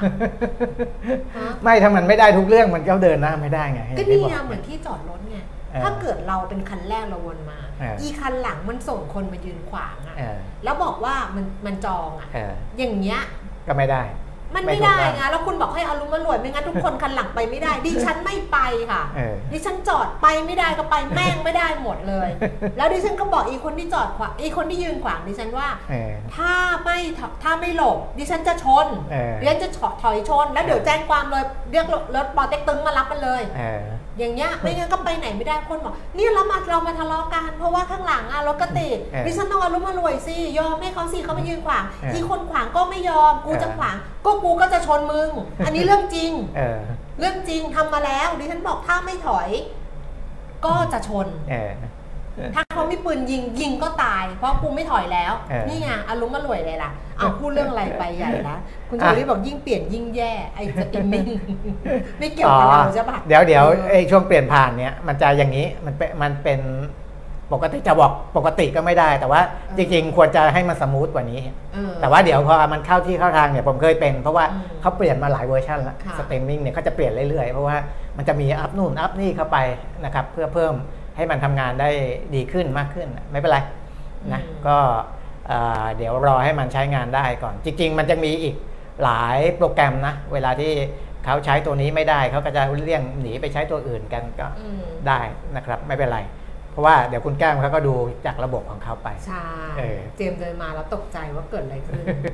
[SPEAKER 2] ฮะ
[SPEAKER 3] ไม่ถ้ามันไม่ได้ทุกเรื่องมันก็เดินหน้าไม่ได้ไง
[SPEAKER 2] ก็
[SPEAKER 3] ย่างที่
[SPEAKER 2] นี่
[SPEAKER 3] บ
[SPEAKER 2] ไงเหมือนที่จอดรถไง
[SPEAKER 3] เออ
[SPEAKER 2] ถ้าเกิดเราเป็นคันแรกเราวนมา
[SPEAKER 3] เอออี
[SPEAKER 2] อีคันหลังมันส่งคนมายืนขวางอะ
[SPEAKER 3] เออ
[SPEAKER 2] แล้วบอกว่ามันมันจองอะ
[SPEAKER 3] เออ
[SPEAKER 2] อย่างเงี้ย
[SPEAKER 3] ก็ไม่ได้
[SPEAKER 2] มัน
[SPEAKER 3] ไม่
[SPEAKER 2] ไม่
[SPEAKER 3] ถูก
[SPEAKER 2] ได้
[SPEAKER 3] ต้อง
[SPEAKER 2] ไงแล้วคุณบอกให้อารมณ์อร่วยไม่งั้นทุกคนคันหลังไปไม่
[SPEAKER 3] *laughs*
[SPEAKER 2] ได้ ดิฉันไม่ไปค่ะ
[SPEAKER 3] เออ
[SPEAKER 2] ดิฉันจอดไปไม่ได้ก็ไปแม่งไม่ได้หมดเลย
[SPEAKER 3] *laughs*
[SPEAKER 2] แล้วดิฉันก็บอกอีคนที่จอดขวางอีคนที่ยืนขวางดิฉันว่า
[SPEAKER 3] เออ
[SPEAKER 2] ถ้าไม่ถอถ้าไม่หลบ ดิฉันจะชน
[SPEAKER 3] เออ
[SPEAKER 2] ดิฉันจะถอถอยชน แล้วเดี๋ยวแจ้งความเลยเรียกรถรถปอเต็กตึงมารับมันเลย
[SPEAKER 3] เออ
[SPEAKER 2] อย่าง
[SPEAKER 3] *laughs*
[SPEAKER 2] เงี้ยไม่งั้นก็ไปไหนไม่ได้คนบอกเนี่ยเรามาเรามาทะเลาะกันเพราะว่าข้างหลังอะรถก็ติด
[SPEAKER 3] เออ
[SPEAKER 2] ดิฉันต้องอารมณ์อรวยสิยอมให้เขาสิเขามายืนขวาง
[SPEAKER 3] เออ
[SPEAKER 2] ที่คนขวางก็ไม่ยอมกู
[SPEAKER 3] เออ
[SPEAKER 2] จะขวางก็กูก็จะชนมึง อันนี้เรื่องจริง
[SPEAKER 3] เออ
[SPEAKER 2] เรื่องจริงทำมาแล้วดิฉันบอกถ้าไม่ถอย ก็จะชน
[SPEAKER 3] เออ
[SPEAKER 2] ถ้าเขามีปืนยิงยิงก็ตาย เพราะกูไม่ถอยแล้ว
[SPEAKER 3] เออ
[SPEAKER 2] นี่ไงอารุมอร่วยเลยล่ะ เอาพูดเรื่องอะไรไปใหญ่
[SPEAKER 3] *laughs*
[SPEAKER 2] ละคุณ
[SPEAKER 3] อ่ะ
[SPEAKER 2] ชาลีบอกยิ่งเปลี่ยนยิ่งแย่ไอ้สตรีมมิ่ง
[SPEAKER 3] *laughs*
[SPEAKER 2] ไม่เกี่ยวกับเราใช่ปะ
[SPEAKER 3] เดี๋ยวเดี๋ยวไอ้ช่วงเปลี่ยนผ่านเนี่ยมันจะอย่างนี้มันเป็นมันเป็นปกติจะบอกปกติก็ไม่ได้ แต่ว่าจริงๆ ควรจะให้มันสมูทกว่านี้
[SPEAKER 2] เออ
[SPEAKER 3] แต่ว่าเดี๋ยวพอมันเข้าที่เข้าทางเนี่ยผมเคยเป็น เพราะว่า
[SPEAKER 2] อืม
[SPEAKER 3] เขาเปลี่ยนมาหลายเวอร์ชันแล้ว
[SPEAKER 2] ค่ะ
[SPEAKER 3] สตรีมมิ่งเนี่ยเขาจะเปลี่ยนเรื่อยๆ เพราะว่ามันจะมีอัพนู่นอัพนี่เข้าไปนะครับเพื่อเพิ่มให้มันทำงานได้ดีขึ้นมากขึ้นไม่เป็นไรนะก็เอ่อเดี๋ยวรอให้มันใช้งานได้ก่อน จริง ๆ มันจะมีอีกหลายโปรแกรมนะ เวลาที่เขาใช้ตัวนี้ไม่ได้เขาก็จะเลี่ยงหนีไปใช้ตัวอื่นกันก็
[SPEAKER 2] อืม
[SPEAKER 3] ได้นะครับไม่เป็นไร เพราะว่าเดี๋ยวคุณแก้มเขาก็ดูจากระบบของเขาไป
[SPEAKER 2] ใช่
[SPEAKER 3] เออ
[SPEAKER 2] เจมส์เดินมาแล้วตกใจว่าเกิดอะไร
[SPEAKER 3] *laughs*
[SPEAKER 2] ขึ้นไม่มี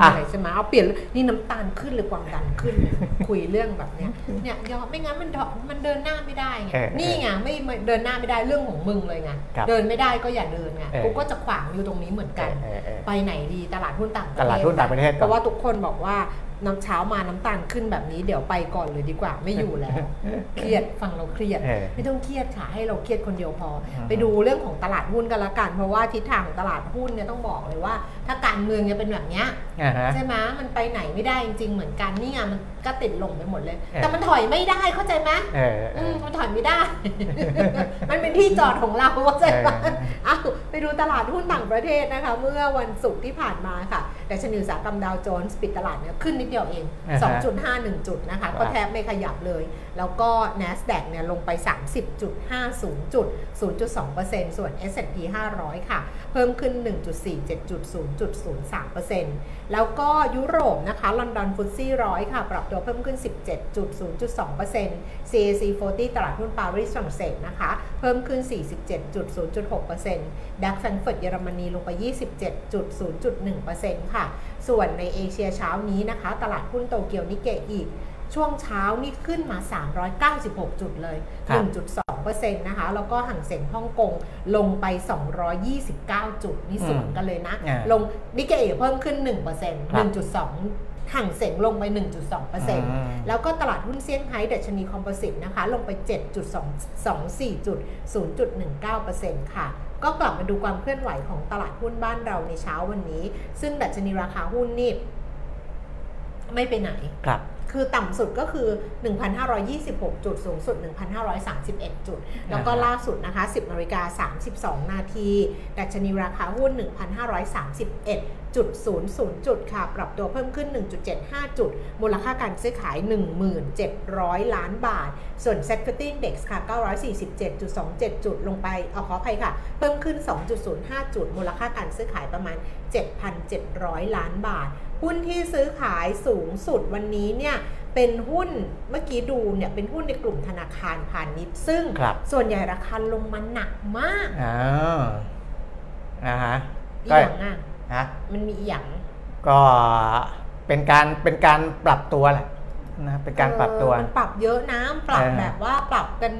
[SPEAKER 3] อ่ะ
[SPEAKER 2] อะไรใช่ไหมเอาเปลี่ยนนี่น้ำตาลขึ้นหรือความดันขึ้น คุยเรื่องแบบเนี้ยเนี่ยยอมไม่งั้นมันเดาะมันเดินหน้าไม่ได้ไง
[SPEAKER 3] เออ
[SPEAKER 2] นี่ไงไม่ไม่เดินหน้าไม่ได้เรื่องของมึงเลยไง
[SPEAKER 3] ครับ
[SPEAKER 2] เดินไม่ได้ก็อย่าเดินไง
[SPEAKER 3] เออ
[SPEAKER 2] กูก็จะขวางอยู่ตรงนี้เหมือนกัน
[SPEAKER 3] เออเออ
[SPEAKER 2] ไปไหนดีตลาดหุ้นต่างประเทศ
[SPEAKER 3] ตลาดหุ้นต่างประเทศก่อน
[SPEAKER 2] เพราะว่าทุกคนบอกว่าน้ำเช้ามาน้ำตาลขึ้นแบบนี้เดี๋ยวไปก่อนเลยดีกว่าไม่อยู่
[SPEAKER 3] *laughs*
[SPEAKER 2] แล้ว เครียดฟังเราเครียด
[SPEAKER 3] เออ
[SPEAKER 2] ไม่ต้องเครียดค่ะให้เราเครียดคนเดียวพอ
[SPEAKER 3] อืม
[SPEAKER 2] ไปดูเรื่องของตลาดหุ้นกันละกันเพราะว่าทิศทางของตลาดหุ้นเนี่ยต้องบอกเลยว่า ถ้าการเมืองจะเป็นแบบเนี้ย
[SPEAKER 3] อ่าฮะ
[SPEAKER 2] ใช่ไหมมันไปไหนไม่ได้จริงๆเหมือนกันนี่ไงมันก็ติดลงไปหมดเลย
[SPEAKER 3] เออ
[SPEAKER 2] แต่มันถอยไม่ได้เข้าใจไหม
[SPEAKER 3] เออเอ
[SPEAKER 2] ม
[SPEAKER 3] อ
[SPEAKER 2] มันถอยไม่ได้ *laughs* มันเป็นที่จอดของเราเข้าใจไหม
[SPEAKER 3] เออ
[SPEAKER 2] เอาไปดูตลาดหุ้นต่างประเทศนะคะ เมื่อวันศุกร์ที่ผ่านมาค่ะดัชนีอุตสาหกรรมดาวโจนส์ปิดตลาดเนี่ยขึ้นนิดเดียวเอง
[SPEAKER 3] อ่าฮะ
[SPEAKER 2] 2.51 จุดนะคะ ก็แทบไม่ขยับเลย แล้วก็ NASDAQ เนี่ยลงไป 30.50 จุด 0.2%ส่วน S&P 500 ค่ะ เพิ่มขึ้น 1.47จุด0.03%แล้วก็ยุโรปนะคะลอนดอนฟุตซี่ร้อยค่ะ ปรับตัวเพิ่มขึ้น 17.0.2% CAC 40 ตลาดหุ้นปารีสฝรั่งเศสนะคะ เพิ่มขึ้น 47.0.6% ดัคแฟรงก์เฟิร์ตเยอรมนีลงไป 27.0.1%ค่ะ ส่วนในเอเชียเช้านี้นะคะ ตลาดหุ้นโตเกียวนิเกอีก ช่วงเช้านี่ขึ้นมา 396 จุดเลย
[SPEAKER 3] ครับ
[SPEAKER 2] 1.2%นะคะ แล้วก็ห่างเสียงฮ่องกงลงไป 229 จุดนี่สวนกันเลยนะ
[SPEAKER 3] อ่า
[SPEAKER 2] ลงนิเกอีเพิ่มขึ้น 1%
[SPEAKER 3] ครับ
[SPEAKER 2] 1.2ห่างเสียงลงไป 1.2%
[SPEAKER 3] ม
[SPEAKER 2] แล้วก็ตลาดหุ้นเซี่ยงไฮ้ดัชนีคอมโพสิตนะคะ ลงไป 7.24จุด0.19%ค่ะ ก็กลับมาดูความเคลื่อนไหวของตลาดหุ้นบ้านเราในเช้าวันนี้ ซึ่งดัชนีราคาหุ้นนี่ไม่ไปไหน
[SPEAKER 3] ครับ
[SPEAKER 2] คือต่ำสุดก็คือ 1,526 จุด สูงสุด 1,531 จุด แล้วก็
[SPEAKER 3] อ่าฮะ
[SPEAKER 2] ล่าสุดนะคะ 10นาฬิกา32 นาที ดัชนีราคาหุ้น 1,531 จุด 00 จุดค่ะ ปรับตัวเพิ่มขึ้น 1.75 จุด มูลค่าการซื้อขาย 1,700 ล้านบาท ส่วน s e c t o r Index ค่ะ 947.27 จุดลงไปเอาขออภัยค่ะ เพิ่มขึ้น 2.05 จุด มูลค่าการซื้อขายประมาณ 7,700 ล้านบาท หุ้นที่ซื้อขายสูงสุดวันนี้เนี่ยเป็นหุ้นเมื่อกี้ดูเนี่ยเป็นหุ้นในกลุ่มธนาคารพาณิชย์ซึ่ง
[SPEAKER 3] ครับ
[SPEAKER 2] ส่วนใหญ่ราคาลงมาหนักมาก
[SPEAKER 3] อ่าอ่าฮะ
[SPEAKER 2] อี
[SPEAKER 3] ก็
[SPEAKER 2] หยังอ่ะ
[SPEAKER 3] ฮะ
[SPEAKER 2] มันมีอีหยัง
[SPEAKER 3] ก็เป็นการเป็นการปรับตัวแหละนะเป็นการปรับตัว
[SPEAKER 2] เออมันปรับเยอะนะปรับ
[SPEAKER 3] เออ
[SPEAKER 2] แบบว่าปรับกัน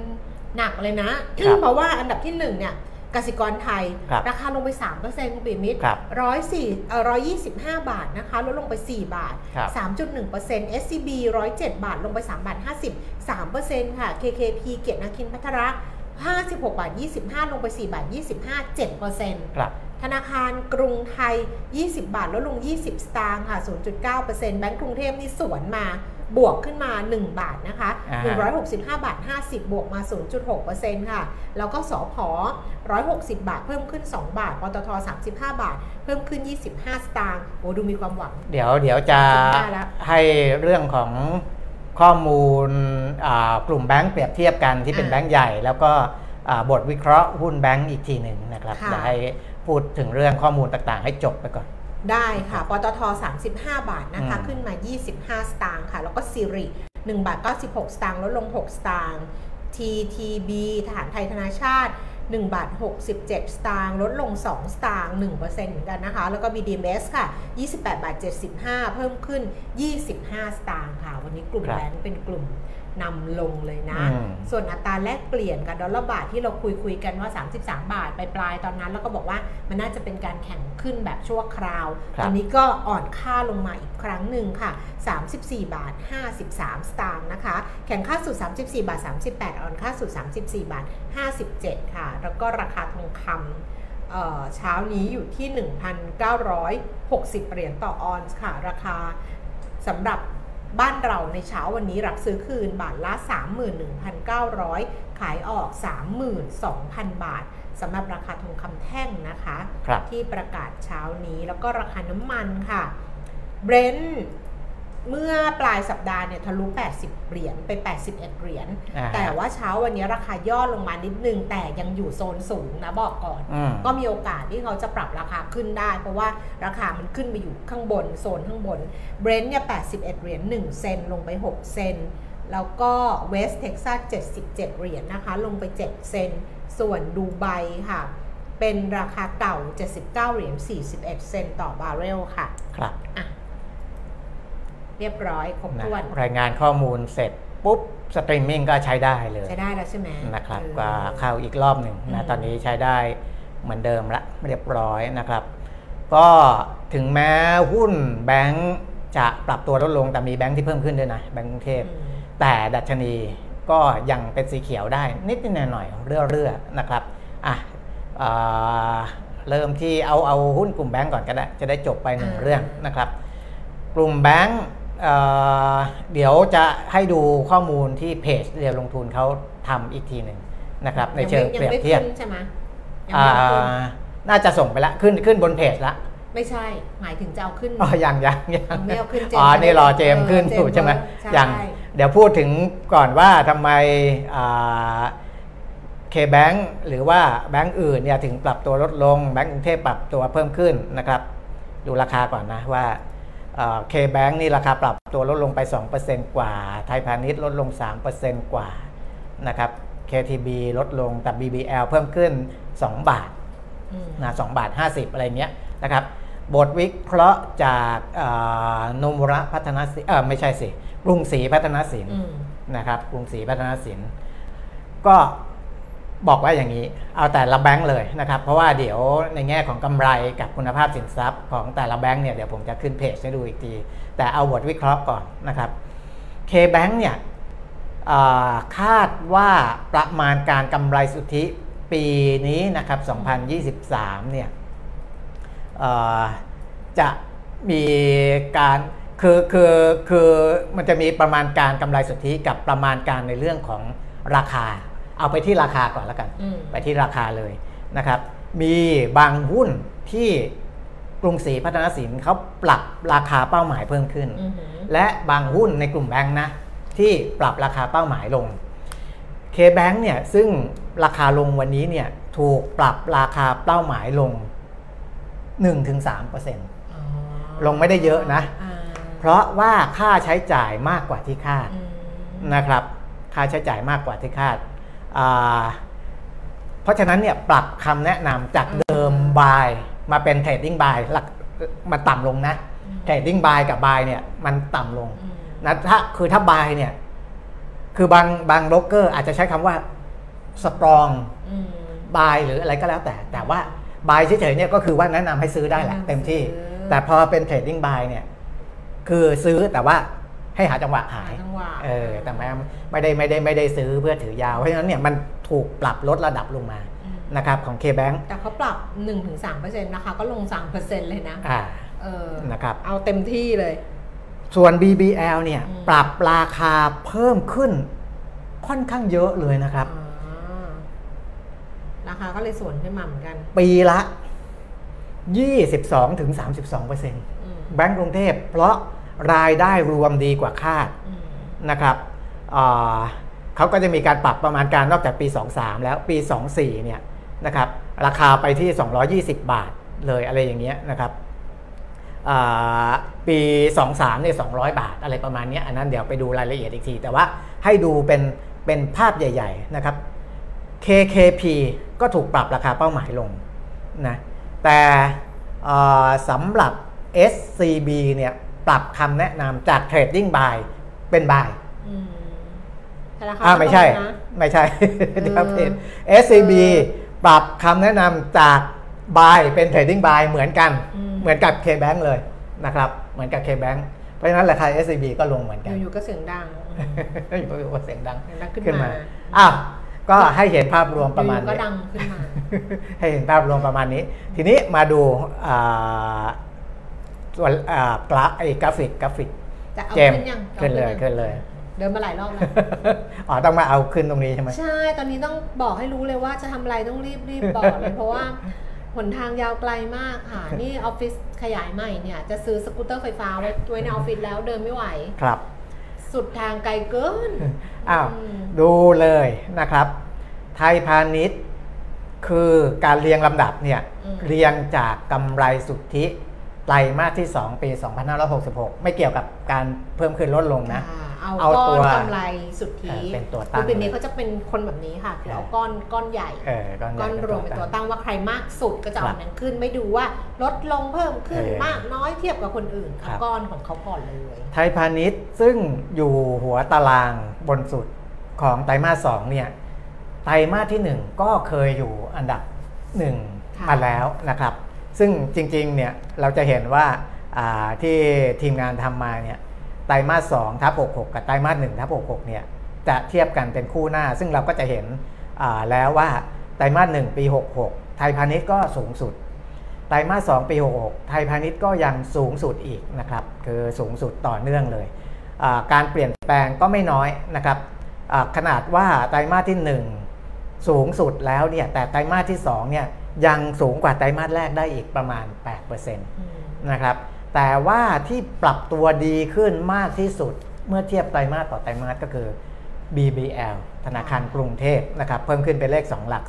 [SPEAKER 2] หนักเลยนะ
[SPEAKER 3] ครับ
[SPEAKER 2] เพราะว่าอันดับที่หนึ่งเนี่ยกสิกรไทย
[SPEAKER 3] ครับ
[SPEAKER 2] ราคาลงไป3%คุณปิยมิตร
[SPEAKER 3] ครับ
[SPEAKER 2] ร้อยสี่เอ่อร้อยยี่สิบห้าบาทนะคะลดลงไป 4 บาท
[SPEAKER 3] ครับ
[SPEAKER 2] 3.1% SCB 107 บาท ลงไป 3 บาท 50 3%ค่ะ KKP เกียรตินาคินพัทระ 56 บาท 25 ลงไป 4 บาท 25 7%
[SPEAKER 3] ครับ
[SPEAKER 2] ธนาคารกรุงไทย 20 บาท ลดลง 20 สตางค์ค่ะ 0.9%แบงก์กรุงเทพนี่สวนมาบวกขึ้นมา 1 บาทนะคะ
[SPEAKER 3] อ่า
[SPEAKER 2] 165 บาท 50 บวกมา 0.6%ค่ะ แล้วก็สอพอ160 บาท เพิ่มขึ้น 2 บาทปตท35 บาท เพิ่มขึ้น 25 สตางค์โอ้ดูมีความหวัง
[SPEAKER 3] เดี๋ยวเดี๋ยวจะ
[SPEAKER 2] จำได้ละ
[SPEAKER 3] ให้เรื่องของข้อมูลอ่ากลุ่มแบงค์เปรียบเทียบกันที่เป็น
[SPEAKER 2] อ่า
[SPEAKER 3] แบงค์ใหญ่ แล้วก็อ่าบทวิเคราะห์หุ้นแบงค์อีกทีหนึ่งนะครับ
[SPEAKER 2] ค่ะ
[SPEAKER 3] จะให้พูดถึงเรื่องข้อมูลต่างๆ ให้จบไปก่อน
[SPEAKER 2] ได้ค่ะ ปตท 35 บาทนะคะ
[SPEAKER 3] อืม
[SPEAKER 2] ขึ้นมา 25 สตางค์ค่ะ แล้วก็สิริ1บาท 96 สตางค์ ลดลง 6 สตางค์ TTB ทหารไทยธนาชาติ 1 บาท 67 สตางค์ ลดลง 2 สตางค์ 1%เหมือนกันนะคะ แล้วก็ BDMs ค่ะ 28 บาท 75 เพิ่มขึ้น 25 สตางค์ค่ะ วันนี้กลุ่ม
[SPEAKER 3] ครับ
[SPEAKER 2] แบงก์เป็นกลุ่มนำลงเลยนะ
[SPEAKER 3] อืม
[SPEAKER 2] ส่วนอัตราแลกเปลี่ยนกับดอลลาร์บาทที่เราคุยคุยๆกันว่า 33 บาทไปปลายๆตอนนั้น แล้วก็บอกว่ามันน่าจะเป็นการแข่งขึ้นแบบชั่วคราว
[SPEAKER 3] ครับ
[SPEAKER 2] ตอนนี้ก็อ่อนค่าลงมาอีกครั้งหนึ่งค่ะ 34 บาท 53 สตางค์นะคะ แข่งค่าสุด 34 บาท 38 อ่อนค่าสุด 34 บาท 57 ค่ะ แล้วก็ราคาทองคำเอ่อเช้านี้อยู่ที่ 1,960 เหรียญต่อออนซ์ค่ะ ราคาสำหรับบ้านเราในเช้าวันนี้รับซื้อคืนบาทละ 31,900 ขายออก 32,000 บาทสำหรับราคาทองคำแท่งนะคะ
[SPEAKER 3] ครับ
[SPEAKER 2] ที่ประกาศเช้านี้แล้วก็ราคาน้ำมันค่ะเบรนท์เมื่อปลายสัปดาห์เนี่ยทะลุ 80 เหรียญไป 81 เหรียญ
[SPEAKER 3] อ่าฮะ
[SPEAKER 2] แต่ว่าเช้าวันนี้ราคาย่อลงมานิดนึง แต่ยังอยู่โซนสูงนะบอกก่อน
[SPEAKER 3] อืม
[SPEAKER 2] ก็มีโอกาสที่เขาจะปรับราคาขึ้นได้ เพราะว่าราคามันขึ้นไปอยู่ข้างบน โซนข้างบนเบรนท์เนี่ย 81 เหรียญ 1 เซนลงไป 6 เซน แล้วก็เวสเท็กซัส 77 เหรียญนะคะ ลงไป 7 เซน ส่วนดูไบค่ะ เป็นราคาเก่า 79 เหรียญ 41 เซนต์ต่อบาร์เรลค่ะ
[SPEAKER 3] ครับ
[SPEAKER 2] อ่ะ เรียบร้อยครบ
[SPEAKER 3] นะ
[SPEAKER 2] ถ้วน
[SPEAKER 3] รายงานข้อมูลเสร็จปุ๊บสตรีมมิ่งก็ใช้ได้เลย
[SPEAKER 2] ใช้ได้แล้วใช่ไหม
[SPEAKER 3] นะครับ
[SPEAKER 2] เออ
[SPEAKER 3] ก็เข้าอีกรอบหนึ่ง
[SPEAKER 2] อื
[SPEAKER 3] นะ
[SPEAKER 2] ม
[SPEAKER 3] ตอนนี้ใช้ได้เหมือนเดิมละเรียบร้อยนะครับ ก็ถึงแม้หุ้นแบงก์จะปรับตัวลดลงแต่มีแบงก์ที่เพิ่มขึ้นด้วยนะ แบงก์กรุงเทพ
[SPEAKER 2] อืม
[SPEAKER 3] แต่ดัชนีก็ยังเป็นสีเขียวได้นิดๆหน่อยๆเรื่อยๆนะครับอ่ะเอ่อเริ่มที่เอาเอาหุ้นกลุ่มแบงก์ก่อนก็ได้จะได้จบไปหนึ่ง
[SPEAKER 2] อ่า
[SPEAKER 3] เรื่องนะครับ กลุ่มแบงก์เอ่อเดี๋ยวจะให้ดูข้อมูลที่เพจเรียนลงทุนเขาทำอีกทีหนึ่งนะครับในเชิง
[SPEAKER 2] ยั
[SPEAKER 3] เปรียบ
[SPEAKER 2] ไม่
[SPEAKER 3] เทียบ
[SPEAKER 2] ขึ้นใช่ไหมยัง
[SPEAKER 3] อ่
[SPEAKER 2] ไม่ขึ้นา
[SPEAKER 3] น่าจะส่งไปละขึ้นขึ้นบนเพจละ
[SPEAKER 2] ไม่ใช่ หมายถึงจะเอาขึ้น
[SPEAKER 3] อ๋อยังยังยัง
[SPEAKER 2] ไม่เอาขึ้นเจมส์
[SPEAKER 3] อ๋อ นี่รอเจมส์ขึ้น
[SPEAKER 2] เ
[SPEAKER 3] ถูกใช่ไหม
[SPEAKER 2] ใช่
[SPEAKER 3] อย่างเดี๋ยวพูดถึงก่อนว่าทำไมเคแบงหรือว่าแบงก์อื่นเนี่ยถึงปรับตัวลดลง แบงก์กรุงเทพปรับตัวเพิ่มขึ้นนะครับ ดูราคาก่อนนะว่าเคแบงนี่ราคาปรับตัวลดลงไป 2%กว่า ไทยพาณิชย์ลดลง 3%กว่านะครับ KTB ลดลงแต่ BBL เพิ่มขึ้น 2 บาท
[SPEAKER 2] อืม
[SPEAKER 3] นะสองบาทห้าสิบอะไรเงี้ยนะครับ บทวิเคราะห์จากเอ่อนมุระพัฒนศิลป์เออไม่ใช่สิกรุงศรีพัฒนศิลป์
[SPEAKER 2] อืม
[SPEAKER 3] นะครับกรุงศรีพัฒนศิลป์ก็บอกว่าอย่างนี้ เอาแต่ละแบงก์เลยนะครับ เพราะว่าเดี๋ยวในแง่ของกำไรกับคุณภาพสินทรัพย์ของแต่ละแบงก์เนี่ยเดี๋ยวผมจะขึ้นเพจให้ดูอีกที แต่เอาบทวิเคราะห์ก่อนนะครับ K-Bank เนี่ยเอ่อคาดว่าประมาณการกำไรสุทธิปีนี้นะครับ 2023 เนี่ยเอ่อจะมีการคือคือคือมันจะมีประมาณการกำไรสุทธิกับประมาณการในเรื่องของราคา เอาไปที่ราคาก่อนแล้วกัน
[SPEAKER 2] อืม
[SPEAKER 3] ไปที่ราคาเลยนะครับ มีบางหุ้นที่กรุงศรีพัฒนสินเขาปรับราคาเป้าหมายเพิ่มขึ้น
[SPEAKER 2] อือหือ
[SPEAKER 3] และบางหุ้นในกลุ่มแบงค์นะ ที่ปรับราคาเป้าหมายลง K-Bank เนี่ยซึ่งราคาลงวันนี้เนี่ยถูกปรับราคาเป้าหมายลง 1-3%
[SPEAKER 2] อ๋อ
[SPEAKER 3] ลงไม่ได้เยอะนะ
[SPEAKER 2] อ่า
[SPEAKER 3] เพราะว่าค่าใช้จ่ายมากกว่าที่คาด
[SPEAKER 2] อืม
[SPEAKER 3] นะครับค่าใช้จ่ายมากกว่าที่คาดอ่าเพราะฉะนั้นเนี่ยปรับคำแนะนำจากเดิม buy มาเป็น trading buy หลักมันต่ำลงนะ
[SPEAKER 2] อืม
[SPEAKER 3] trading buy กับ buy เนี่ยมันต่ำลง
[SPEAKER 2] อืม
[SPEAKER 3] นะถ้าคือถ้า buy เนี่ยคือบางบางโบรกเกอร์อาจจะใช้คำว่า strong
[SPEAKER 2] อืม
[SPEAKER 3] buy หรืออะไรก็แล้วแต่ แต่ว่า buy เฉยๆเนี่ยก็คือว่าแนะนำให้ซื้อได้แหละ
[SPEAKER 2] แนะนำ
[SPEAKER 3] เต็มที่
[SPEAKER 2] ซื้อ
[SPEAKER 3] แต่พอเป็น trading buy เนี่ยคือซื้อแต่ว่าให้หาจังหวะขาย
[SPEAKER 2] จังหวะ
[SPEAKER 3] เออแต่ไม่ไม่ได้ไม่ได้ไม่ได้ซื้อเพื่อถือยาว เพราะฉะนั้นเนี่ยมันถูกปรับลดระดับลงมา
[SPEAKER 2] อืม
[SPEAKER 3] นะครับของ K-Bank
[SPEAKER 2] แต่เขาปรับ 1-3%นะคะ ก็ลง 3%เลยนะ
[SPEAKER 3] อ่า
[SPEAKER 2] เออ
[SPEAKER 3] นะครับ
[SPEAKER 2] เอาเต็มที่เลย
[SPEAKER 3] ส่วน BBL เนี่ย
[SPEAKER 2] อืม
[SPEAKER 3] ปรับราคาเพิ่มขึ้นค่อนข้างเยอะเลยนะครับ
[SPEAKER 2] อ๋อราคาก็เลยสวนขึ้นมาเหมือนกัน
[SPEAKER 3] ปีละ
[SPEAKER 2] อื
[SPEAKER 3] 22-32%
[SPEAKER 2] ม
[SPEAKER 3] แบงก์กรุงเทพเพราะรายได้รวมดีกว่าคาด
[SPEAKER 2] อืม
[SPEAKER 3] นะครับอ่าเขาก็จะมีการปรับประมาณการนอกจากปี 23 แล้วปี 24 เนี่ยนะครับราคาไปที่ 220 บาทเลยอะไรอย่างเงี้ยนะครับอ่าปี 23 เนี่ย 200 บาทอะไรประมาณเนี้ยอันนั้นเดี๋ยวไปดูรายละเอียดอีกที แต่ว่าให้ดูเป็นเป็นภาพใหญ่ๆนะครับ KKP ก็ถูกปรับราคาเป้าหมายลงนะแต่เอ่อสำหรับ SCB เนี่ยปรับคำแนะนำจาก Trading Buy เป็น Buy
[SPEAKER 2] อืมแต่ราคา
[SPEAKER 3] อ่าไม่ใช่
[SPEAKER 2] ก็ลงนะ
[SPEAKER 3] ไม่ใช่ *laughs* เดี๋ยว
[SPEAKER 2] เออ
[SPEAKER 3] เพจ SCB ปรับคำแนะนำจาก Buy เป็น Trading Buy เหมือนกัน
[SPEAKER 2] อืม
[SPEAKER 3] เหมือนกับ KBank เลยนะครับเหมือนกับ KBank เพราะฉะนั้นราคา SCB ก็ลงเหมือนกัน
[SPEAKER 2] อยู่ๆก็เสียงดังอืม
[SPEAKER 3] อยู่ๆก็เสียงดัง
[SPEAKER 2] เสียงดังขึ้น
[SPEAKER 3] ขึ้นมา
[SPEAKER 2] มา
[SPEAKER 3] อ้าวก็ให้เห็นภาพรวมประมาณ
[SPEAKER 2] อยู่ๆก็
[SPEAKER 3] เนี้ย
[SPEAKER 2] ดังขึ้นมา
[SPEAKER 3] *laughs* ให้เห็นภาพรวมประมาณนี้ ทีนี้มาดูอ่าส่วนอ่ากราฟไอ้กราฟิกกราฟิก *laughs*
[SPEAKER 2] จะเอา
[SPEAKER 3] เจม
[SPEAKER 2] ขึ้นยัง
[SPEAKER 3] ขึ้นเลย
[SPEAKER 2] อา
[SPEAKER 3] ขึ้นเลย
[SPEAKER 2] เดินมาหลายรอบแล้ว
[SPEAKER 3] อ๋อ ต้องมาเอาขึ้นตรงนี้ใช่ไหม
[SPEAKER 2] ใช่ ตอนนี้ต้องบอกให้รู้เลยว่าจะทำอะไรต้องรีบรีบบอกเลย เพราะว่าหนทางยาวไกลมาก
[SPEAKER 3] *laughs*
[SPEAKER 2] ค่ะ นี่ออฟฟิศขยายใหม่เนี่ย จะซื้อสกูตเตอร์ไฟฟ้าไว้ไว้ในออฟฟิศแล้วเดินไม่ไหว
[SPEAKER 3] ครับ
[SPEAKER 2] สุดทางไกลเกิน
[SPEAKER 3] อ้าว
[SPEAKER 2] อืม
[SPEAKER 3] ดูเลยนะครับ ไทยพาณิชย์คือการเรียงลำดับเนี่ย
[SPEAKER 2] อืม
[SPEAKER 3] เรียงจากกำไรสุทธิไตรมาสที่ 2 ปี 2566 ไม่เกี่ยวกับการเพิ่มขึ้นลดลงนะ
[SPEAKER 2] อ่าเอา
[SPEAKER 3] เอา
[SPEAKER 2] ก้อ
[SPEAKER 3] ตั
[SPEAKER 2] น
[SPEAKER 3] ว
[SPEAKER 2] กำไรสุทธิ
[SPEAKER 3] เออเป็นตัวตั้ง
[SPEAKER 2] คือเป็นนี้เขาจะเป็นคนแบบนี้ค่ะคือเอาก้อนก้อนใหญ่
[SPEAKER 3] เออก้อนใหญ่
[SPEAKER 2] ก้อนรวม
[SPEAKER 3] เป็
[SPEAKER 2] เป็น น
[SPEAKER 3] ตัว
[SPEAKER 2] ตัว
[SPEAKER 3] ตั้ง
[SPEAKER 2] ตั้งว่าใครมากสุดก็จะเอา
[SPEAKER 3] ครับ
[SPEAKER 2] อันนั้นขึ้นไม่ดูว่าลดลงเพิ่มขึ้น
[SPEAKER 3] เออ
[SPEAKER 2] มากน้อยเทียบกับคนอื่น
[SPEAKER 3] ครั
[SPEAKER 2] เอา
[SPEAKER 3] บ
[SPEAKER 2] ก้อนของเขาก่อนเลย
[SPEAKER 3] ไทยพาณิชย์ซึ่งอยู่หัวตารางบนสุดของไตรมาสสองเนี่ยไตรมาสที่ 1 ก็เคยอยู่อันดับ1มาแล้วนะครับ ซึ่งจริงๆเนี่ยเราจะเห็นว่าอ่าที่ทีมงานทำมาเนี่ยไตรมาสสองทับ66 กับไตรมาส1ทับ66เนี่ยจะเทียบกันเป็นคู่หน้า ซึ่งเราก็จะเห็นอ่าแล้วว่าไตรมาส1ปี 66 ไทยพาณิชย์ก็สูงสุด ไตรมาส2ปี 66 ไทยพาณิชย์ก็ยังสูงสุดอีกนะครับ คือสูงสุดต่อเนื่องเลยอ่าการเปลี่ยนแปลงก็ไม่น้อยนะครับอ่าขนาดว่าไตรมาสที่ 1 สูงสุดแล้วเนี่ยแต่ไตรมาสที่2เนี่ยยังสูงกว่าไตรมาสแรกได้อีกประมาณ 8%น
[SPEAKER 2] อืม
[SPEAKER 3] ะครับแต่ว่าที่ปรับตัวดีขึ้นมากที่สุดเมื่อเทียบไตรมาสต่อไตรมาสก็คือ BBL ธนาคารกรุงเทพนะครับเพิ่มขึ้นเป็นเลข 2 หลัก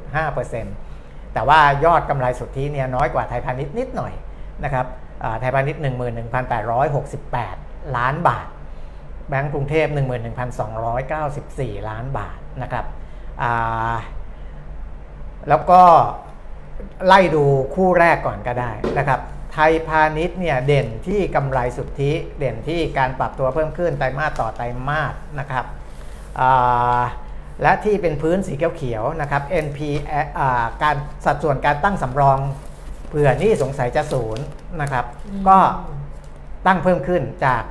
[SPEAKER 3] 11.5% แต่ว่ายอดกำไรสุทธิเนี่ยน้อยกว่าไทยพาณิชย์นิดหน่อยนะครับอ่าไทยพาณิชย์ 11,868 ล้านบาท แบงก์กรุงเทพ 11,294 ล้านบาทนะครับอ่าแล้วก็ ไล่ดูคู่แรกก่อนก็ได้นะครับ ไทยพาณิชย์เนี่ยเด่นที่กำไรสุทธิ เด่นที่การปรับตัวเพิ่มขึ้นไตรมาสต่อไตรมาสนะครับอ่าและที่เป็นพื้นสีเขียวๆนะครับ NP อ่าการสัดส่วนการตั้งสำรองเผื่อหนี่สงสัยจะศูนย์นะครับ
[SPEAKER 2] อืม
[SPEAKER 3] ก็ตั้งเพิ่มขึ้นจาก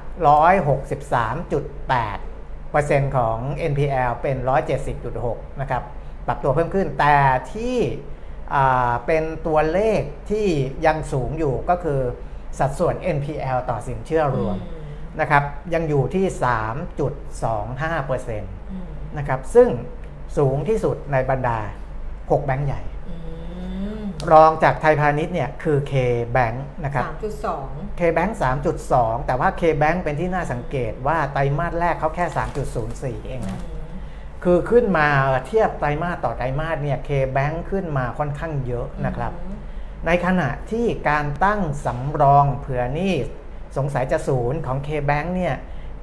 [SPEAKER 3] 163.8เปอร์เซ็นต์ของ NPL เป็น 170.6 นะครับ ปรับตัวเพิ่มขึ้นแต่ที่อ่าเป็นตัวเลขที่ยังสูงอยู่ก็คือสัดส่วน NPL ต่อสินเชื่อรวม
[SPEAKER 2] อืม
[SPEAKER 3] นะครับยังอยู่ที่ 3.25เปอร์เซ็นต์
[SPEAKER 2] อืม
[SPEAKER 3] นะครับซึ่งสูงที่สุดในบรรดา 6 แบงก์ใหญ่
[SPEAKER 2] อืม
[SPEAKER 3] รองจากไทยพาณิชย์เนี่ยคือ K-Bank นะครับ
[SPEAKER 2] สามจุดสอง
[SPEAKER 3] K-Bank 3.2 แต่ว่า K-Bank เป็นที่น่าสังเกตว่าไตรมาสแรกเขาแค่ 3.04 เองนะ คือขึ้นมาเทียบไตรมาสต่อไตรมาสเนี่ย K-Bank ขึ้นมาค่อนข้างเยอะนะครับ ในขณะที่การตั้งสำรองเผื่อหนี้สงสัยจะศูนย์ของ K-Bank เนี่ย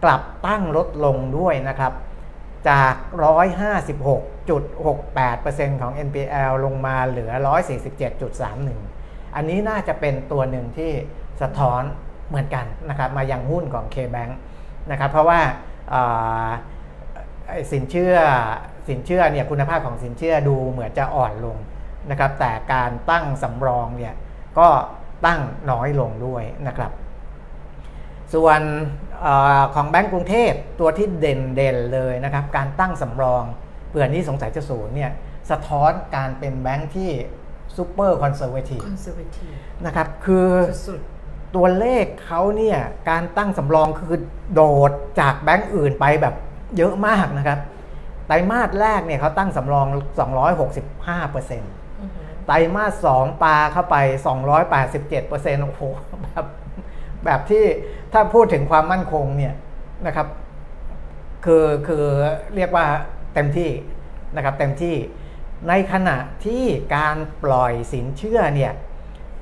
[SPEAKER 3] กลับตั้งลดลงด้วยนะครับ จาก 156.68%ของ NPL ลงมาเหลือ 147.31 อันนี้น่าจะเป็นตัวหนึ่งที่สะท้อนเหมือนกันนะครับมายังหุ้นของ K-Bank นะครับเพราะว่าเอ่อไอ้สินเชื่อสินเชื่อเนี่ยคุณภาพของสินเชื่อดูเหมือนจะอ่อนลงนะครับแต่การตั้งสำรองเนี่ยก็ตั้งน้อยลงด้วยนะครับ ส่วนเออของแบงก์กรุงเทพตัวที่เด่นเด่นๆเลยนะครับ การตั้งสำรองเผื่อหนี้สงสัยจะศูนย์เนี่ยสะท้อนการเป็นแบงก์ที่ซูเปอร์คอนเซอร์เวทีฟ
[SPEAKER 2] คอนเซอร์เวทีฟ
[SPEAKER 3] นะครับคือ
[SPEAKER 2] สุด
[SPEAKER 3] ตัวเลขเขาเนี่ยการตั้งสำรองคือโดดจากแบงก์อื่นไปแบบเยอะมากนะครับไตรมาสแรกเนี่ยเขาตั้งสำรอง 265%
[SPEAKER 2] ๆอือหือ
[SPEAKER 3] ไตรมาสสองปลาเข้าไป 287 โอ้โห แบบแบบที่ถ้าพูดถึงความมั่นคงเนี่ยนะครับ คือคือเรียกว่าเต็มที่นะครับเต็มที่ในขณะที่การปล่อยสินเชื่อเนี่ย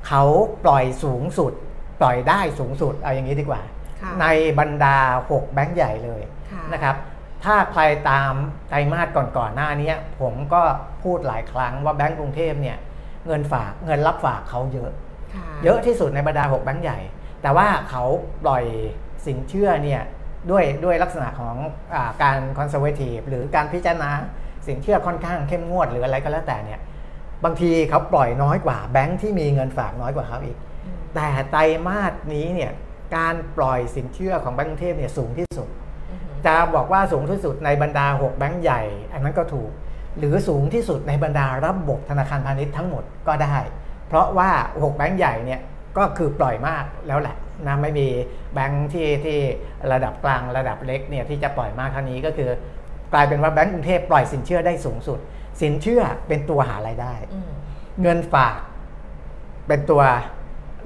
[SPEAKER 3] เขาปล่อยสูงสุด ปล่อยได้สูงสุดเอาอย่างนี้ดีกว่า
[SPEAKER 2] ค่ะ
[SPEAKER 3] ในบรรดา 6 แบงก์ใหญ่เลย
[SPEAKER 2] ค่ะ
[SPEAKER 3] นะครับ ถ้าใครตามไตรมาสก่อนๆหน้าเนี้ยผมก็พูดหลายครั้งว่าแบงก์กรุงเทพเนี่ยเงินฝากเงินรับฝากเขาเยอะ
[SPEAKER 2] ค่
[SPEAKER 3] เยอะที่สุดในบรรดา 6 แบงก์ใหญ่ แต่ว่าเขาปล่อยสินเชื่อเนี่ยด้วยด้วยลักษณะของอาการคอนเซอร์เวทีฟหรือการพิจารณาสินเชื่อค่อนข้างเข้มงวดหรืออะไรก็แล้วแต่เนี่ยบางทีเขาปล่อยน้อยกว่าแบงก์ที่มีเงินฝากน้อยกว่าเขาอีก
[SPEAKER 2] อืม
[SPEAKER 3] แต่ไตรมาสนี้เนี่ยการปล่อยสินเชื่อของแบงก์กรุงเทพเนี่ยสูงที่สุด
[SPEAKER 2] อือหือ
[SPEAKER 3] จะบอกว่าสูงที่สุดในบรรดา 6 แบงก์ใหญ่ อันนั้นก็ถูก หรือสูงที่สุดในบรรดาระบบธนาคารพาณิชย์ทั้งหมดก็ได้ เพราะว่า 6 แบงก์ใหญ่เนี่ยก็คือปล่อยมากแล้วแหละนะไม่มีแบงก์ที่ที่ระดับกลางระดับเล็กเนี่ยที่จะปล่อยมากเท่านี้ก็คือ กลายเป็นว่าแบงก์กรุงเทพปล่อยสินเชื่อได้สูงสุด สินเชื่อเป็นตัวหารายได้
[SPEAKER 2] อืม
[SPEAKER 3] เงินฝากเป็นตัว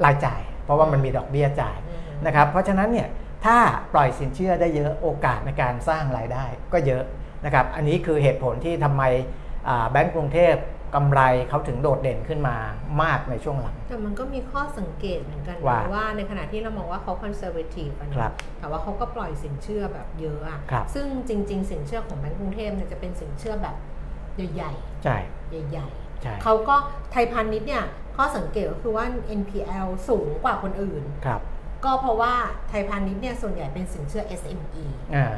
[SPEAKER 3] รายจ่าย เพราะว่ามันมีดอกเบี้ยจ่าย
[SPEAKER 2] อือหือ
[SPEAKER 3] นะครับ เพราะฉะนั้นเนี่ยถ้าปล่อยสินเชื่อได้เยอะโอกาสในการสร้างรายได้ก็เยอะนะครับ อันนี้คือเหตุผลที่ทำไมอ่าแบงก์กรุงเทพกำไรเขาถึงโดดเด่นขึ้นมามากในช่วงหลัง
[SPEAKER 2] แต่มันก็มีข้อสังเกตเหมือนกันนะ
[SPEAKER 3] ว่า
[SPEAKER 2] ว่าในขณะที่เรามองว่าเขาคอนเซอร์เวทีฟ
[SPEAKER 3] ครับ
[SPEAKER 2] แต่ว่าเขาก็ปล่อยสินเชื่อแบบเยอะอะ
[SPEAKER 3] ครับ
[SPEAKER 2] ซึ่งจริง ๆ สินเชื่อของแบงก์กรุงเทพเนี่ยจะเป็นสินเชื่อแบบใหญ่
[SPEAKER 3] ใช่
[SPEAKER 2] ๆใหญ่
[SPEAKER 3] ใช่
[SPEAKER 2] ๆเขาก็ไทยพาณิชย์เนี่ยข้อสังเกตก็คือว่า NPL สูงกว่าคนอื่น
[SPEAKER 3] ครับ
[SPEAKER 2] ก็เพราะว่าไทยพาณิชย์เนี่ยส่วนใหญ่เป็นสินเชื่อ SME
[SPEAKER 3] อ่า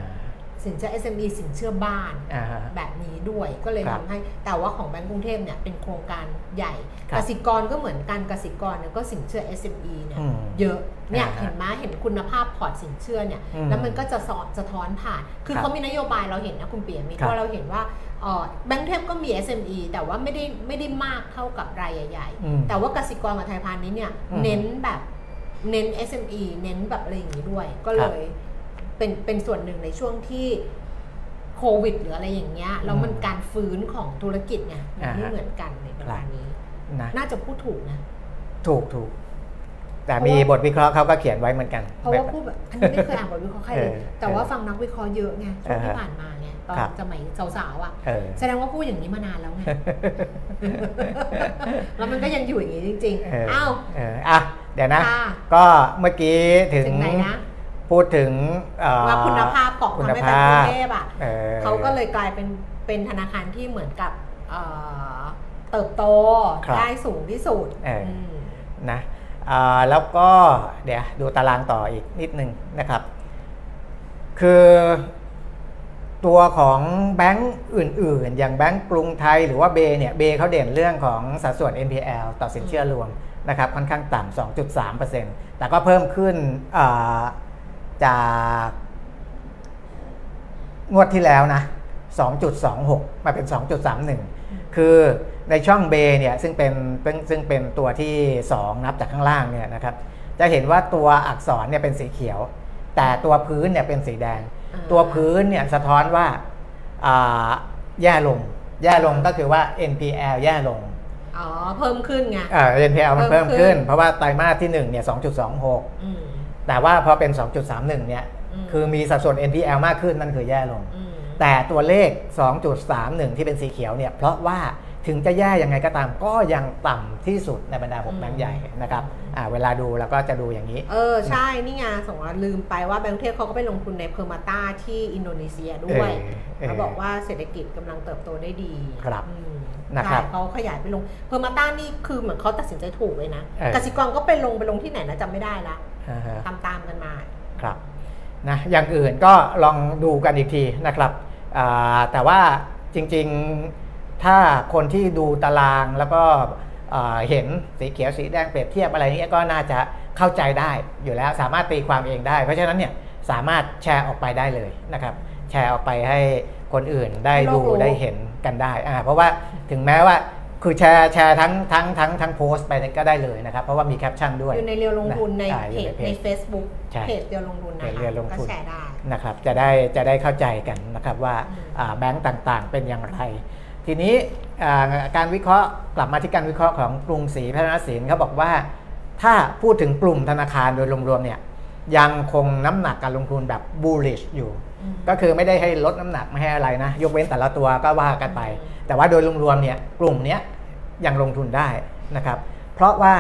[SPEAKER 2] สินเชื่อ SME สินเชื่อบ้าน
[SPEAKER 3] อ่าฮะ
[SPEAKER 2] แบบนี้ด้วยก็เลย
[SPEAKER 3] ครับ
[SPEAKER 2] ทำให้แต่ว่าของแบงก์กรุงเทพเนี่ยเป็นโครงการใหญ่
[SPEAKER 3] ครั
[SPEAKER 2] ก
[SPEAKER 3] บ
[SPEAKER 2] สิกรก็เหมือนกันกสิกรเนี่ยก็สินเชื่อ SME เนี่ย
[SPEAKER 3] อืม
[SPEAKER 2] เยอะเนี่ย
[SPEAKER 3] อ่าฮะ
[SPEAKER 2] เห็นไหมเห็นคุณภาพพอร์ตสินเชื่อเนี่ย
[SPEAKER 3] อืม
[SPEAKER 2] แล้วมันก็จะสอดสะท้อนผ่าน คือ
[SPEAKER 3] ครับ
[SPEAKER 2] เขามีนโยบายเราเห็นนะคุณเปียมิตร
[SPEAKER 3] ครับ
[SPEAKER 2] ว่าเราเห็นว่าเอ่อแบงก์กรุงเทพก็มี SME แต่ว่าไม่ได้ไม่ได้มากเท่ากับรายใหญ่
[SPEAKER 3] อืม
[SPEAKER 2] ๆแต่ว่ากสิกรกับไทยพาณิชย์เนี่ย
[SPEAKER 3] อืม
[SPEAKER 2] เน้นแบบเน้น SME เน้นแบบอะไรอย่างนี้ด้วย ก็
[SPEAKER 3] ค
[SPEAKER 2] เล
[SPEAKER 3] รับ
[SPEAKER 2] ย เป็นเป็นส่วนหนึ่งในช่วงที่โควิดหรืออะไรอย่างเงี้ยแล้วมัน
[SPEAKER 3] อืม
[SPEAKER 2] การฟื้นของธุรกิจไงมัน
[SPEAKER 3] อ่าฮะ
[SPEAKER 2] ไม่เหมือนกันในประมาณนี้
[SPEAKER 3] นะ
[SPEAKER 2] น่าจะพูดถูกนะ
[SPEAKER 3] ถูกถูก แต่มีบทวิเคราะห์เขาก็เขียนไว้เหมือนกัน
[SPEAKER 2] เพราะว่าพูดแบบอันนี้ไม่เคยอ่านบทวิเคราะห์ใครเลย
[SPEAKER 3] เออ
[SPEAKER 2] แต่ว่า
[SPEAKER 3] เออ
[SPEAKER 2] ฟังนักวิเคราะห์เยอะไงช่วงที่
[SPEAKER 3] อ่าฮะ
[SPEAKER 2] ผ่านมาไงตอน
[SPEAKER 3] ครับ
[SPEAKER 2] สมัยสาวๆอ่ะ
[SPEAKER 3] เอ
[SPEAKER 2] *laughs*
[SPEAKER 3] อ
[SPEAKER 2] แสดงว่าพูดอย่างนี้มานานแล้วไง
[SPEAKER 3] *laughs*
[SPEAKER 2] แล้วมันก็ยังอยู่อย่างนี้จริง
[SPEAKER 3] เออ
[SPEAKER 2] ๆอ้าว
[SPEAKER 3] เอออ่ะเดี๋ยวนะ
[SPEAKER 2] ค่ะ
[SPEAKER 3] ก็เมื่อกี้ถึ
[SPEAKER 2] ถึงไหนนะ
[SPEAKER 3] พูดถึงเอ่อ
[SPEAKER 2] ว่าคุณภาพของ
[SPEAKER 3] คุณ
[SPEAKER 2] ทำให้แบงก์กรุง
[SPEAKER 3] ภาพ
[SPEAKER 2] เทพอ่ะ
[SPEAKER 3] ออ
[SPEAKER 2] เขาก็เลยกลายเป็นเป็นธนาคารที่เหมือนกับเอ่อ เติบโต
[SPEAKER 3] ครับ
[SPEAKER 2] ได้สูงที่สุด
[SPEAKER 3] เอออื
[SPEAKER 2] ม
[SPEAKER 3] นะอ่าแล้วก็เดี๋ยวดูตารางต่ออีกนิดนึงนะครับ คือตัวของแบงก์อื่นๆ อย่างแบงก์กรุงไทยหรือว่าเบเนี่ยเบเขาเด่นเรื่องของสัดส่วน NPL ต่อสินเชื่อรวมนะครับค่อนข้างต่ำ 2.3%แต่ก็เพิ่มขึ้นอ่าจากงวดที่แล้วนะ 2.26 มาเป็น 2.31 คือในช่องเบเนี่ยซึ่งเป็นซึ่งซึ่งเป็นตัวที่ 2 นับจากข้างล่างเนี่ยนะครับจะเห็นว่าตัวอักษรเนี่ยเป็นสีเขียว แต่ตัวพื้นเนี่ยเป็นสีแดง
[SPEAKER 2] อ่า
[SPEAKER 3] ตัวพื้นเนี่ยสะท้อนว่าอ่าแย่ลง แย่ลงก็คือว่า NPL แย่ลง
[SPEAKER 2] อ๋อ เพิ่มขึ้นไง
[SPEAKER 3] เอ่อ NPL มัน
[SPEAKER 2] เพิ่
[SPEAKER 3] เพิ่
[SPEAKER 2] ม
[SPEAKER 3] ม
[SPEAKER 2] ขึ้
[SPEAKER 3] ขึ้
[SPEAKER 2] น
[SPEAKER 3] น เพราะว่าไตรมาสที่1เนี่ย2.26
[SPEAKER 2] อืม
[SPEAKER 3] แต่ว่าพอเป็น 2.31 เนี่ย
[SPEAKER 2] อืม
[SPEAKER 3] คือมีสัดส่วน NPL มากขึ้นนั่นคือแย่ลง
[SPEAKER 2] อืม
[SPEAKER 3] แต่ตัวเลข 2.31 ที่เป็นสีเขียวเนี่ย เพราะว่าถึงจะแย่ยังไงก็ตามก็ยังต่ำที่สุดในบรรดาหกแบงค์ใหญ่นะครับอ่าเวลาดูแล้วก็จะดูอย่างนี้
[SPEAKER 2] เออ ใช่ นี่ไงสงว่าลืมไปว่าแบงก์เทศเขาก็ไปลงทุนในเพอร์มาตาที่อินโดนีเซียด้วย
[SPEAKER 3] เออเออ
[SPEAKER 2] เขาบอกว่าเศรษฐกิจกำลังเติบโตได้ดี
[SPEAKER 3] ครับ
[SPEAKER 2] อืม
[SPEAKER 3] นะครับ
[SPEAKER 2] ใช่เขาขยายไปลงเพอร์มาตานี่คือเหมือนเขาตัดสินใจถูกเลยนะ
[SPEAKER 3] เออ
[SPEAKER 2] กสิกรก็ไปลงไปลงที่ไหนนะจำไม่ได้ละ
[SPEAKER 3] อ่าฮะ
[SPEAKER 2] ตามตามๆกันมา
[SPEAKER 3] ครับนะอย่างอื่นก็ลองดูกันอีกทีนะครับอ่าแต่ว่าจริงๆถ้าคนที่ดูตารางแล้วก็อ่าเห็นสีเขียวสีแดงเปรียบเทียบอะไรเงี้ยก็น่าจะเข้าใจได้อยู่แล้วสามารถตีความเองได้ เพราะฉะนั้นเนี่ยสามารถแชร์ออกไปได้เลยนะครับแชร์ออกไปให้คนอื่นได้
[SPEAKER 2] ให้โล
[SPEAKER 3] ดู
[SPEAKER 2] กรู้
[SPEAKER 3] ได้เห็นกันได้อ่าเพราะว่าถึงแม้ว่าคือแชร์แชร์ทั้งทั้งทั้งทั้งโพสต์ไปก็ได้เลยนะครับเพราะว่ามีแคปชั่นด้วย
[SPEAKER 2] อยู่ในเรียวลงทุนใน
[SPEAKER 3] อ่าอ
[SPEAKER 2] เพ
[SPEAKER 3] ยู่
[SPEAKER 2] จ
[SPEAKER 3] ในเพจ
[SPEAKER 2] ใน Facebook
[SPEAKER 3] ใช่
[SPEAKER 2] เพจเรียวลงทุนนะ
[SPEAKER 3] เพจ
[SPEAKER 2] คะ
[SPEAKER 3] เรียวลงทุน
[SPEAKER 2] ก็แชร์ได้
[SPEAKER 3] นะครับจะได้จะได้เข้าใจกันนะครับว่า
[SPEAKER 2] อืม
[SPEAKER 3] อ่าแบงก์ต่างๆ เป็นอย่างไร ทีนี้อ่าการวิเคราะห์กลับมาที่การวิเคราะห์ของกรุงศรีพัฒนสินเขาบอกว่า ถ้าพูดถึงกลุ่มธนาคารโดยรวมๆเนี่ยยังคงน้ำหนักการลงทุนแบบ bullish อยู่
[SPEAKER 2] อืม
[SPEAKER 3] ก็คือไม่ได้ให้ลดน้ำหนักไม่ให้อะไรนะ ยกเว้นแต่ละตัวก็ว่ากันไป แต่ว่าโดยรวมๆเนี่ยกลุ่มเนี้ยยังลงทุนได้นะครับ เพราะว่า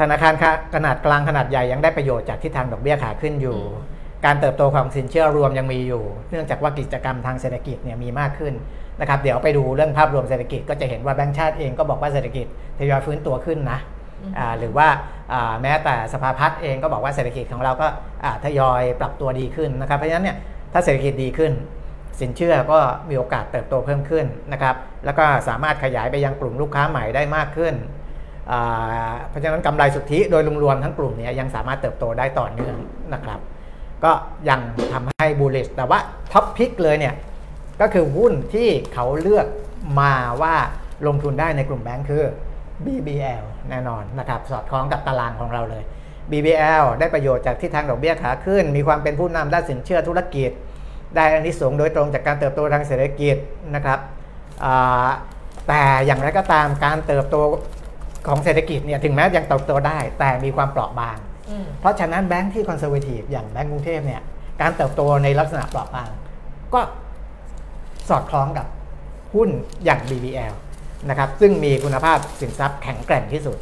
[SPEAKER 3] ธนาคารขนาดกลางขนาดใหญ่ยังได้ประโยชน์จากทิศทางดอกเบี้ยขาขึ้นอยู่
[SPEAKER 2] อืม
[SPEAKER 3] การเติบโตของสินเชื่อรวมยังมีอยู่ เนื่องจากว่ากิจกรรมทางเศรษฐกิจเนี่ยมีมากขึ้นนะครับ เดี๋ยวไปดูเรื่องภาพรวมเศรษฐกิจก็จะเห็นว่าแบงก์ชาติเองก็บอกว่าเศรษฐกิจทยอยฟื้นตัวขึ้นนะ
[SPEAKER 2] อืม
[SPEAKER 3] อ่าหรือว่าอ่าแม้แต่สภาพัฒน์เองก็บอกว่าเศรษฐกิจของเราก็อ่าทยอยปรับตัวดีขึ้นนะครับ เพราะฉะนั้นเนี่ยถ้าเศรษฐกิจดีขึ้น สินเชื่อก็มีโอกาสเติบโตเพิ่มขึ้นนะครับแล้วก็สามารถขยายไปยังกลุ่มลูกค้าใหม่ได้มากขึ้นอ่าเพราะฉะนั้นกำไรสุทธิโดยรวมๆทั้งกลุ่มเนี้ยังสามารถเติบโตได้ต่อเนื่องนะครับ ก็ยังทำให้บูลลิชแต่ว่าท็อปพิกเลยเนี่ยก็คือหุ้นที่เขาเลือกมาว่าลงทุนได้ในกลุ่มแบงค์คือ BBL แน่นอนนะครับ สอดคล้องกับตารางของเราเลย BBL ได้ประโยชน์จากที่ทางดอกเบี้ยขาขึ้น มีความเป็นผู้นำด้านสินเชื่อธุรกิจ ได้อานิสงส์โดยตรงจากการเติบโตทางเศรษฐกิจนะครับอ่าแต่อย่างไรก็ตามการเติบโตของเศรษฐกิจเนี่ยถึงแม้ยังเติบโตได้ แต่มีความเปราะบาง
[SPEAKER 2] อืม
[SPEAKER 3] เพราะฉะนั้นแบงค์ที่คอนเซอร์เวทีฟอย่างแบงก์กรุงเทพเนี่ยการเติบโตในลักษณะเปราะบาง ก็สอดคล้องกับหุ้นอย่าง BBL นะครับซึ่งมีคุณภาพสินทรัพย์แข็งแกร่งที่สุด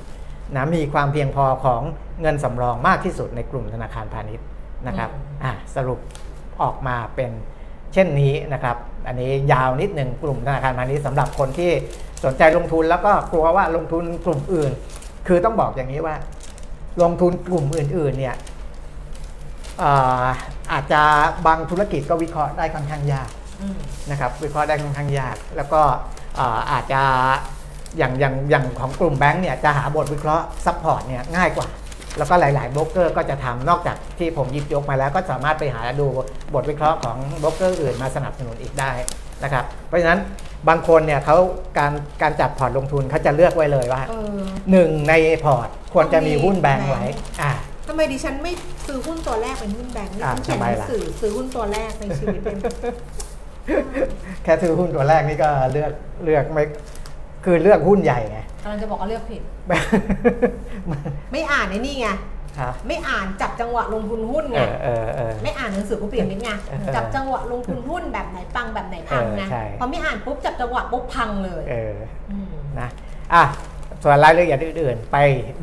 [SPEAKER 3] นะมีความเพียงพอของเงินสำรองมากที่สุดในกลุ่มธนาคารพาณิชย์นะครับ
[SPEAKER 2] อืม
[SPEAKER 3] อ่ะสรุปออกมาเป็นเช่นนี้นะครับ อันนี้ยาวนิดหนึ่งกลุ่มธนาคารพาณิชย์สำหรับคนที่สนใจลงทุนแล้วก็กลัวว่าลงทุนกลุ่มอื่น คือต้องบอกอย่างนี้ว่า ลงทุนกลุ่มอื่น ๆ เนี่ยเอ่ออาจจะบางธุรกิจก็วิเคราะห์ได้ค่อนข้างยาก
[SPEAKER 2] อืม
[SPEAKER 3] นะครับ วิเคราะห์ได้ค่อนข้างยาก แล้วก็เอ่ออาจจะอย่างอย่างอย่างของกลุ่มแบงก์เนี่ยจะหาบทวิเคราะห์ซัพพอร์ตเนี่ยง่ายกว่า แล้วก็หลาย ๆ โบรกเกอร์ก็จะทำนอกจากที่ผมหยิบยกมาแล้วก็สามารถไปหาดูบทวิเคราะห์ของโบรกเกอร์อื่นมาสนับสนุนอีกได้นะครับ เพราะฉะนั้นบางคนเนี่ยเขาการการจัดพอร์ตลงทุนเขาจะเลือกไว้เลยว่า
[SPEAKER 2] เออ
[SPEAKER 3] หนึ่งในพอร์ตควรจะมีหุ้นแบงค์ไว้ อ่า
[SPEAKER 2] ทำไมดิฉันไม่ซื้อหุ้นตัวแรกเป็นหุ้นแบงค์นี่
[SPEAKER 3] อ่ะ
[SPEAKER 2] ฉันเขียน
[SPEAKER 3] ทำไม
[SPEAKER 2] หนัง
[SPEAKER 3] ล่ะ
[SPEAKER 2] สือซื้อหุ้นตัวแรกในชีวิตเป็น
[SPEAKER 3] *laughs* แค่ซื้อหุ้นตัวแรกนี่ก็เลือกเลือกไม่คือเลือกหุ้นใหญ่ไง
[SPEAKER 2] *laughs*
[SPEAKER 3] *laughs*
[SPEAKER 2] กำลังจะบอกว่าเลือกผิด ไม่อ่านไอ้นี่ไง
[SPEAKER 3] ครับ
[SPEAKER 2] ไม่อ่านจับจังหวะลงทุนหุ้น
[SPEAKER 3] เอ
[SPEAKER 2] ไง
[SPEAKER 3] อเออเออ
[SPEAKER 2] ไม่อ่านหนังสือกูเปลี่ยนนิดไง
[SPEAKER 3] เออ
[SPEAKER 2] จับจังหวะลงทุนหุ้นแบบไหนปังแบบไหนพังนะ
[SPEAKER 3] เออใช่
[SPEAKER 2] พอไม่อ่านปุ๊บจับจังหวะปุ๊บพังเลย
[SPEAKER 3] เออ
[SPEAKER 2] ม
[SPEAKER 3] นะอ่ะส่วนรายละเอียดอื่นๆ ไป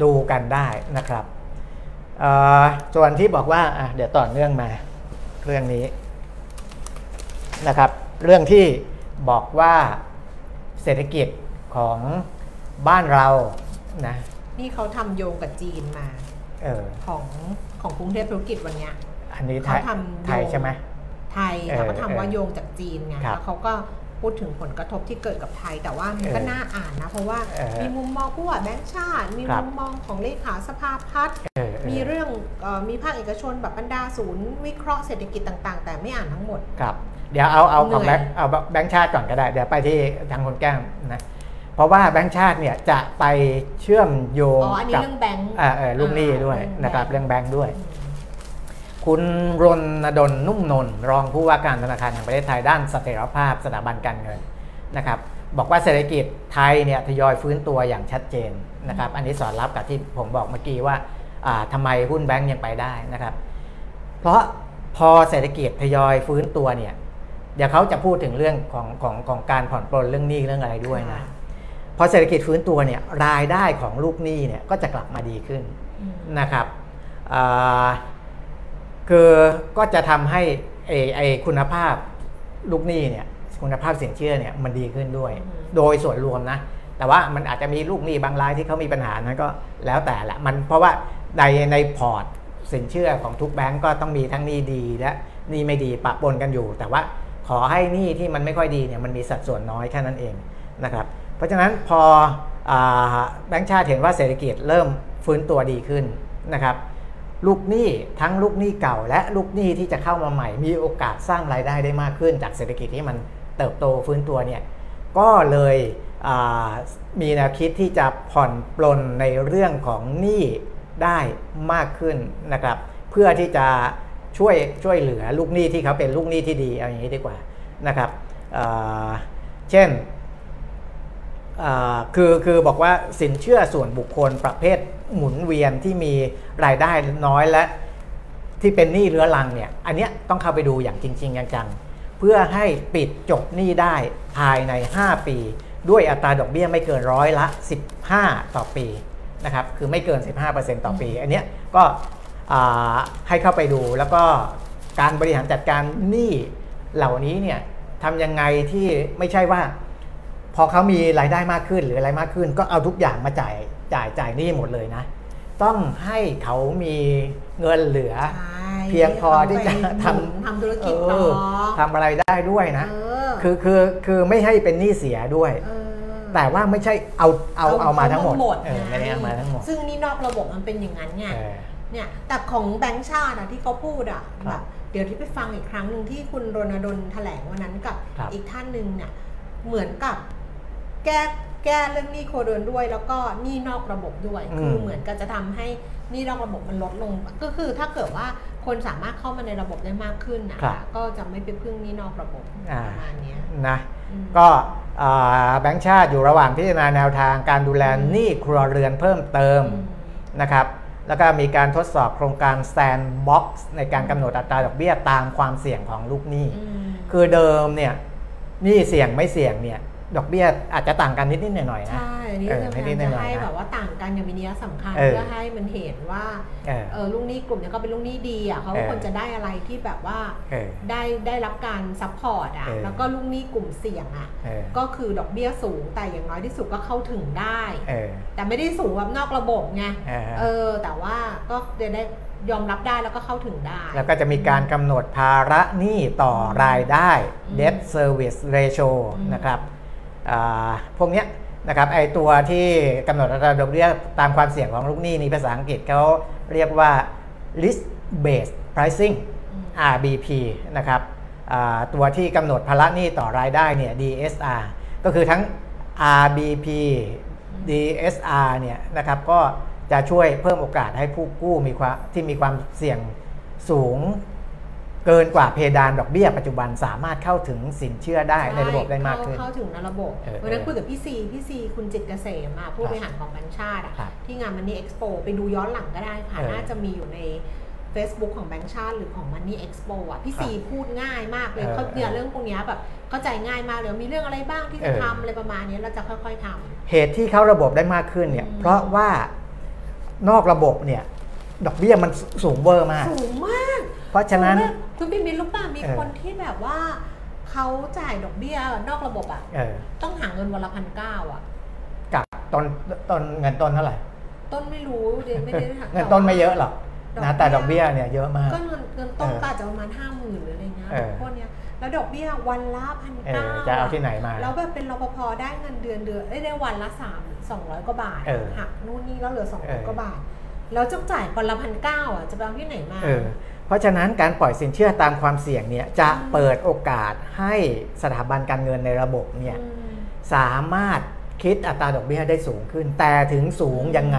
[SPEAKER 3] ดูกันได้นะครับเอ่อส่วนที่บอกว่าอ่ะเดี๋ยวต่อเนื่องมาเรื่องนี้นะครับ เรื่องที่บอกว่าเศรษฐกิจ ของบ้านเรานะ
[SPEAKER 2] นี่เขาทำโยงกับจีนมา
[SPEAKER 3] เออ
[SPEAKER 2] ของของกรุงเทพธุรกิจวันเนี้ย
[SPEAKER 3] อันนี้ไท
[SPEAKER 2] เขา
[SPEAKER 3] ย
[SPEAKER 2] ทำ
[SPEAKER 3] ไทย
[SPEAKER 2] โยง
[SPEAKER 3] ใช่ไหม
[SPEAKER 2] ไทย
[SPEAKER 3] เออ
[SPEAKER 2] เขาก็ทำว่า
[SPEAKER 3] เออ
[SPEAKER 2] โยงจากจีนไง
[SPEAKER 3] ครับ
[SPEAKER 2] แล้วเขาก็พูดถึงผลกระทบที่เกิดกับไทย แต่ว่ามันก็
[SPEAKER 3] เออ
[SPEAKER 2] น่าอ่านนะ เพราะว่า
[SPEAKER 3] เออ
[SPEAKER 2] มีมุมมองผู้ว่าแบงค์ชาติ มี
[SPEAKER 3] ครับ
[SPEAKER 2] มุมมองของเลขาสภาพัฒน์
[SPEAKER 3] เออเออ
[SPEAKER 2] มีเรื่องเออมีภาคเอกชนแบบบรรดาศูนย์วิเคราะห์เศรษฐกิจต่างๆ แต่ไม่อ่านทั้งหมด
[SPEAKER 3] ครับ เดี๋ยวเอาเอาของ
[SPEAKER 2] เหนื่อย
[SPEAKER 3] แบงค์เอาแบงค์ชาติก่อนก็ได้ เดี๋ยวไปที่ทางคนแก้มนะเพราะว่าแบงค์ชาติเนี่ยจะไปเชื่อมโยง
[SPEAKER 2] อ๋อ อันนี้
[SPEAKER 3] กับ
[SPEAKER 2] เรื่องแบงค์
[SPEAKER 3] อ่าเออลูกหนี้
[SPEAKER 2] อ่า
[SPEAKER 3] ด้วยนะครับ
[SPEAKER 2] เรื่องแบงค์
[SPEAKER 3] เรื่องแบงค์ด้วย
[SPEAKER 2] อืม
[SPEAKER 3] คุณรณดลนุ่มนนท์รองผู้ว่าการธนาคารแห่งประเทศไทยด้านเสถียรภาพสถาบันการเงินนะครับ บอกว่าเศรษฐกิจไทยเนี่ยทยอยฟื้นตัวอย่างชัดเจนนะครับ อันนี้สอดรับกับที่ผมบอกเมื่อกี้ว่าอ่าทำาไมหุ้นแบงก์ยังไปได้นะครับ เพราะพอเศรษฐกิจทยอยฟื้นตัวเนี่ยเดี๋ยวเขาจะพูดถึงเรื่องของของของการผ่อนปลนเรื่องหนี้เรื่องอะไรด้วยนะพอเศรษฐกิจฟื้นตัวเนี่ยรายได้ของลูกหนี้เนี่ยก็จะกลับมาดีขึ้น
[SPEAKER 2] อืม
[SPEAKER 3] นะครับอ่าคือก็จะทำให้ไอไอคุณภาพลูกหนี้เนี่ยคุณภาพสินเชื่อเนี่ยมันดีขึ้นด้วย โดยส่วนรวมนะ แต่ว่ามันอาจจะมีลูกหนี้บางรายที่เขามีปัญหานั้นก็แล้วแต่ละมันเพราะว่าในในพอร์ตสินเชื่อของทุกแบงก์ก็ต้องมีทั้งหนี้ดีและหนี้ไม่ดีปะปนกันอยู่ แต่ว่าขอให้หนี้ที่มันไม่ค่อยดีเนี่ยมันมีสัดส่วนน้อยแค่นั้นเองนะครับ เพราะฉะนั้นพออาแบงก์ชาติเห็นว่าเศรษฐกิจเริ่มฟื้นตัวดีขึ้นนะครับ ลูกหนี้ทั้งลูกหนี้เก่าและลูกหนี้ที่จะเข้ามาใหม่ มีโอกาสสร้างรายได้ได้มากขึ้น จากเศรษฐกิจที่มันเติบโตฟื้นตัวเนี่ยก็เลยอ่ามีแนวคิดที่จะผ่อนปลนในเรื่องของหนี้ได้มากขึ้นนะครับ เพื่อที่จะช่วยช่วยเหลือลูกหนี้ที่เขาเป็นลูกหนี้ที่ดีเอาอย่างนี้ดีกว่านะครับอ่าเช่น อ่าคือคือบอกว่าสินเชื่อส่วนบุคคลประเภทหมุนเวียนที่มีรายได้น้อยและที่เป็นหนี้เรื้อรังเนี่ยอันเนี้ยต้องเข้าไปดูอย่างจริง ๆ จังๆเพื่อให้ปิดจบหนี้ได้ภายใน 5 ปี ด้วยอัตราดอกเบี้ยไม่เกินร้อยละ 15 ต่อปีนะครับคือไม่เกิน 15%ต่อปี อันเนี้ยก็อ่าให้เข้าไปดูแล้วก็การบริหารจัดการหนี้เหล่านี้เนี่ยทำยังไงที่ไม่ใช่ว่า พอเขามีรายได้มากขึ้นหรืออะไรมากขึ้น ก็เอาทุกอย่างมาจ่ายจ่ายจ่ายหนี้หมดเลยนะ ต้องให้เขามีเงินเหลือ
[SPEAKER 2] ใช่
[SPEAKER 3] เพียงพอที่จะทำ
[SPEAKER 2] หมุนทำธุรกิจต่อ
[SPEAKER 3] เออทำอะไรได้ด้วยนะ
[SPEAKER 2] เออ
[SPEAKER 3] คือคือคือไม่ให้เป็นหนี้เสียด้วย
[SPEAKER 2] เออ
[SPEAKER 3] แต่ว่าไม่ใช่เอาเอาเอามาทั้งหมด
[SPEAKER 2] ไ
[SPEAKER 3] เออไม่ได้เอามาทั้งหมด
[SPEAKER 2] ซึ่งนี่นอกระบบมันเป็นอย่างนั้นไง
[SPEAKER 3] เออ
[SPEAKER 2] เนี่ย แต่ของแบงค์ชาติอะที่เขาพูดอะ
[SPEAKER 3] ครั
[SPEAKER 2] แบบ
[SPEAKER 3] บ
[SPEAKER 2] เดี๋ยวที่ไปฟังอีกครั้งหนึ่งที่คุณรณดลแถลงวันนั้นกับ
[SPEAKER 3] ครับ
[SPEAKER 2] อีกท่านหนึ่งเนี่ยเหมือนกับแก้แก้เรื่องหนี้โครวเรือนด้วย แล้วก็หนี้นอกระบบด้วย คือเหมือนกับจะทำให้หนี้นอกระบบมันลดลง ก็คือถ้าเกิดว่าคนสามารถเข้ามาในระบบได้มากขึ้นนะคะก็จะไม่ไปพึ่งหนี้นอกระบบประมาณเนี้ย
[SPEAKER 3] นะ
[SPEAKER 2] อืม
[SPEAKER 3] ก็อ่าแบงก์ชาติอยู่ระหว่างพิจารณาแนวทางการดูแลหนี้ครัวเรือนเพิ่มเติม นะครับ แล้วก็มีการทดสอบโครงการ Sandbox ในการกำหนดอัตราดอกเบี้ยตามความเสี่ยงของลูกหนี้
[SPEAKER 2] อืม
[SPEAKER 3] คือเดิมเนี่ยหนี้เสี่ยงไม่เสี่ยงเนี่ย ดอกเบี้ยอาจจะต่างกันนิดนิดๆหน่อยหน่อยๆนะ
[SPEAKER 2] ใช่ อันนี้
[SPEAKER 3] เออ
[SPEAKER 2] จะพยา
[SPEAKER 3] ให้นิด
[SPEAKER 2] ยาม
[SPEAKER 3] หน่อย
[SPEAKER 2] จะ
[SPEAKER 3] ๆ
[SPEAKER 2] ให้
[SPEAKER 3] นะ
[SPEAKER 2] แบบว่าต่างกันอย่างมีนัยสำคัญ
[SPEAKER 3] เออ
[SPEAKER 2] เพื่อให้มันเห็นว่า
[SPEAKER 3] เออ
[SPEAKER 2] เออลูกหนี้กลุ่มเนี้เขาเป็นลูกหนี้ดีอ่ะเขา
[SPEAKER 3] เออ
[SPEAKER 2] ควรจะได้อะไรที่แบบว่า
[SPEAKER 3] เออ
[SPEAKER 2] ได้ได้รับการซัพพอร์ตอ่ะ
[SPEAKER 3] เออ
[SPEAKER 2] แล้วก็ลูกหนี้กลุ่มเสี่ยงอ่ะ
[SPEAKER 3] เออ
[SPEAKER 2] ก็คือดอกเบี้ยสูงแต่อย่างน้อยที่สุดก็เข้าถึงได้
[SPEAKER 3] เออ
[SPEAKER 2] แต่ไม่ได้สูงแบบนอกระบบไง
[SPEAKER 3] เออ
[SPEAKER 2] เออแต่ว่าก็จะได้ยอมรับได้แล้วก็เข้าถึงได้
[SPEAKER 3] แล้วก็จะมีการกำหนดภาระหนี้ต่อรายได้
[SPEAKER 2] อืม
[SPEAKER 3] debt service ratio
[SPEAKER 2] อืม
[SPEAKER 3] นะครับอ่าพวกเนี้ยนะครับไอตัวที่กำหนดอัตราดอกเบี้ยตามความเสี่ยงของลูกหนี้นี่ภาษาอังกฤษเขาเรียกว่า risk based pricing
[SPEAKER 2] อืม
[SPEAKER 3] RBP นะครับอ่าตัวที่กำหนดภาระหนี้ต่อรายได้เนี่ย DSR ก็คือทั้ง RBP DSR เนี่ยนะครับก็จะช่วยเพิ่มโอกาสให้ผู้กู้มีความที่มีความเสี่ยงสูง เกินกว่าเพดานดอกเบี้ยปัจจุบันสามารถเข้าถึงสินเชื่อได้ในระบบได้มากขึ้น
[SPEAKER 2] เข้าถึงในระบบ
[SPEAKER 3] เออ
[SPEAKER 2] วันนั้นคุยกับพี่ซีพี่ซีคุณจิตรเกษมอะผู้บริหารของแบงค์ชาติอะ
[SPEAKER 3] ครับ
[SPEAKER 2] ที่งานมันนี่เอ็กซ์โปไปดูย้อนหลังก็ได้ค่ะ
[SPEAKER 3] เออ
[SPEAKER 2] น่าจะมีอยู่ใน Facebook ของแบงค์ชาติหรือของ Money Expo อ่ะพี่ซีพูดง่ายมากเลย
[SPEAKER 3] เออ
[SPEAKER 2] เขาเนี่ยเรื่องพวกเนี้ยแบบเข้าใจง่ายมากเลยมีเรื่องอะไรบ้างที่จะ
[SPEAKER 3] เออ
[SPEAKER 2] ทำอะไรประมาณเนี้ยเราจะค่อยๆท
[SPEAKER 3] เหตุที่เข้าระบบได้มากขึ้นเนี่ย
[SPEAKER 2] อืม
[SPEAKER 3] เพราะว่านอกระบบเนี่ยดอกเบี้ยมันสูงเวอร์มาก
[SPEAKER 2] ำสูงมาก
[SPEAKER 3] เพราะฉะนั้น
[SPEAKER 2] สูงมากคุณพี่มินรู้ป่ะมี
[SPEAKER 3] เออ
[SPEAKER 2] คนที่แบบว่าเขาจ่ายดอกเบี้ยนอกระบบอ่ะ
[SPEAKER 3] เออ
[SPEAKER 2] ต้องหาเงินวันละพันเก้าอ่ะ
[SPEAKER 3] ต้นต้นเงินต้นเท่าไหร่
[SPEAKER 2] ต้นไม่รู้เดนไม่ได้รู้จัก
[SPEAKER 3] เงินต้นไม่เยอะหรอกนะแต่ดอกเบี้ยเนี่ยเยอะมาก
[SPEAKER 2] ก็เงินเงินต้น
[SPEAKER 3] เออ
[SPEAKER 2] ก็อาจจะประมาณห้าหมื่นหรืออะไรเงี้ย
[SPEAKER 3] เออ
[SPEAKER 2] พวกเนี้ยแล้วดอกเบี้ยวันละพัน
[SPEAKER 3] เอ
[SPEAKER 2] เก้า
[SPEAKER 3] อจะเอาที่ไหนมา
[SPEAKER 2] แล้วแบบเป็นรปภได้เงินเดือนเดือนเอ้ยได้วันละสามสองร้อยกว่าบาท
[SPEAKER 3] เออ
[SPEAKER 2] หักนู่นนี่แล้วเหลือสอง
[SPEAKER 3] เอ
[SPEAKER 2] ร้อย
[SPEAKER 3] อ
[SPEAKER 2] กว่าบาท แล้วจะจ่ายวันละพันเก้าอ่ะจะไปเอาที่ไหนมา
[SPEAKER 3] เออเพราะฉะนั้นการปล่อยสินเชื่อตามความเสี่ยงเนี่ยจะ
[SPEAKER 2] อืม
[SPEAKER 3] เปิดโอกาสให้สถาบันการเงินในระบบเนี่ย
[SPEAKER 2] ม
[SPEAKER 3] สามารถคิดอัตราดอกเบี้ยได้สูงขึ้น แต่ถึงสูงยังไง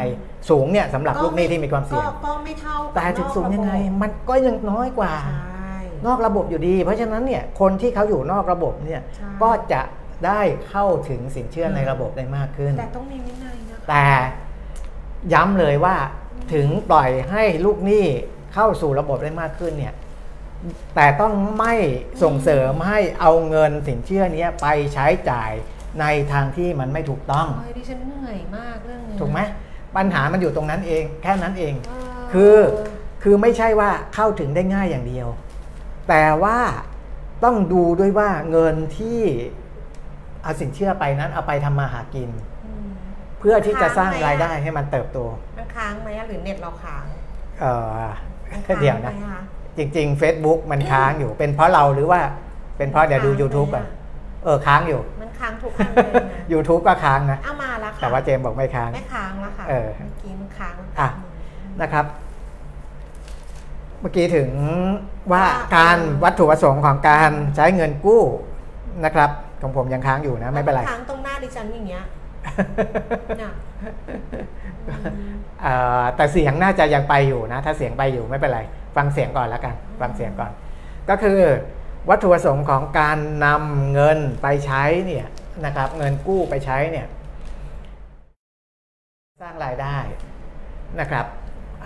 [SPEAKER 3] สูงเนี่ยสำหรับลูกหนี้ที่มีความเสี่ยง
[SPEAKER 2] ก็ก็ไม่เท่ากับ
[SPEAKER 3] แต่ถึงสูงยังไง มันก็ยังน้อยกว่า
[SPEAKER 2] ใช่
[SPEAKER 3] นอกระบบอยู่ดี เพราะฉะนั้นเนี่ยคนที่เขาอยู่นอกระบบเนี่ย
[SPEAKER 2] ใช่
[SPEAKER 3] ก็จะได้เข้าถึงสินเชื่อในระบบได้มากขึ้น
[SPEAKER 2] แต่ต้องมีวินัยนะคะ
[SPEAKER 3] แต่ย้ำเลยว่าถึงปล่อยให้ลูกหนี้เข้าสู่ระบบได้มากขึ้นเนี่ยแต่ต้องไม่ส่งเสริมให้เอาเงินสินเชื่อเนี้ยไปใช้จ่ายในทางที่มันไม่ถูกต้อง
[SPEAKER 2] โอ้ยดิฉันเหนื่อยมากเรื่องนี้
[SPEAKER 3] ถูกไหมปัญหามันอยู่ตรงนั้นเอง แค่นั้นเอง
[SPEAKER 2] เออ
[SPEAKER 3] คือคือไม่ใช่ว่าเข้าถึงได้ง่ายอย่างเดียว แต่ว่าต้องดูด้วยว่าเงินที่เอาสินเชื่อไปนั้นเอาไปทำมาหากิน
[SPEAKER 2] ม
[SPEAKER 3] เพื่อที่จะสร้าง
[SPEAKER 2] ค้างไหมอะ
[SPEAKER 3] รายได้ให้มันเติบโต
[SPEAKER 2] มันค้างไหมอะหรือเน็ตเราค้าง
[SPEAKER 3] เอ่อ
[SPEAKER 2] มันค้าง
[SPEAKER 3] เดี๋ยวนะ
[SPEAKER 2] ไหมค
[SPEAKER 3] จริง ๆ Facebook มันค้างอยู่ เป็นเพราะเราหรือว่าเป็นเพราะเดี๋ยวดู
[SPEAKER 2] ค้างไหม
[SPEAKER 3] YouTube ก่อนเออค้างอยู่ *laughs*
[SPEAKER 2] มันค้างทุกอันเลยนะ
[SPEAKER 3] YouTube ก็ค้างนะ
[SPEAKER 2] เอามาแล้วค่ะ
[SPEAKER 3] แต่ว่าเจมส์บอกไม่ค้าง
[SPEAKER 2] ไม่ค้างแล้วค่ะ
[SPEAKER 3] เออ
[SPEAKER 2] เมื่อกี้มันค้าง
[SPEAKER 3] อ่ะ นะครับ เมื่อกี้ถึงว่าการวัตถุประสงค์ของการใช้เงินกู้นะครับ ของผมยังค้างอยู่นะ ไม่เป็นไร
[SPEAKER 2] ค้างตรงหน้าดิฉันอย่างเงี้ย
[SPEAKER 3] *laughs*
[SPEAKER 2] น่ะอืม
[SPEAKER 3] เอ่อแต่เสียงน่าจะยังไปอยู่นะ ถ้าเสียงไปอยู่ไม่เป็นไร ฟังเสียงก่อนละกัน ฟังเสียงก่อน ก็คือวัตถุประสงค์ของการนำเงินไปใช้เนี่ยนะครับ เงินกู้ไปใช้เนี่ย สร้างรายได้นะครับ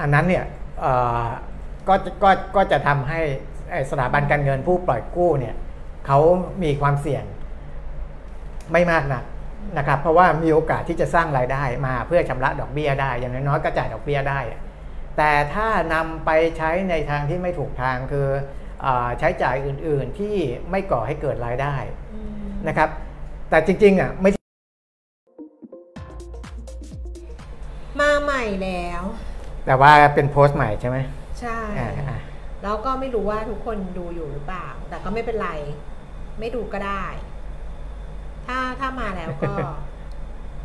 [SPEAKER 3] อันนั้นเนี่ยเอ่อก็ก็ก็จะทำให้ไอ้สถาบันการเงินผู้ปล่อยกู้เนี่ยเขามีความเสี่ยงไม่มากนักนะครับ เพราะว่ามีโอกาสที่จะสร้างรายได้มาเพื่อชำระดอกเบี้ยได้ อย่างน้อยๆก็จ่ายดอกเบี้ยได้อะแต่ถ้านำไปใช้ในทางที่ไม่ถูกทางคือเออใช้จ่ายอื่นๆที่ไม่ก่อให้เกิดรายได้นะครับ แต่จริงๆอ่ะไม่
[SPEAKER 2] มาใหม่แล้ว
[SPEAKER 3] แต่ว่าเป็นโพสต์ใหม่ใช่ไหม
[SPEAKER 2] ใช่
[SPEAKER 3] อ่าอ่า
[SPEAKER 2] แล้วก็ไม่รู้ว่าทุกคนดูอยู่หรือเปล่า แต่ก็ไม่เป็นไร ไม่ดูก็ได้ ถ้าถ้ามาแล้วก็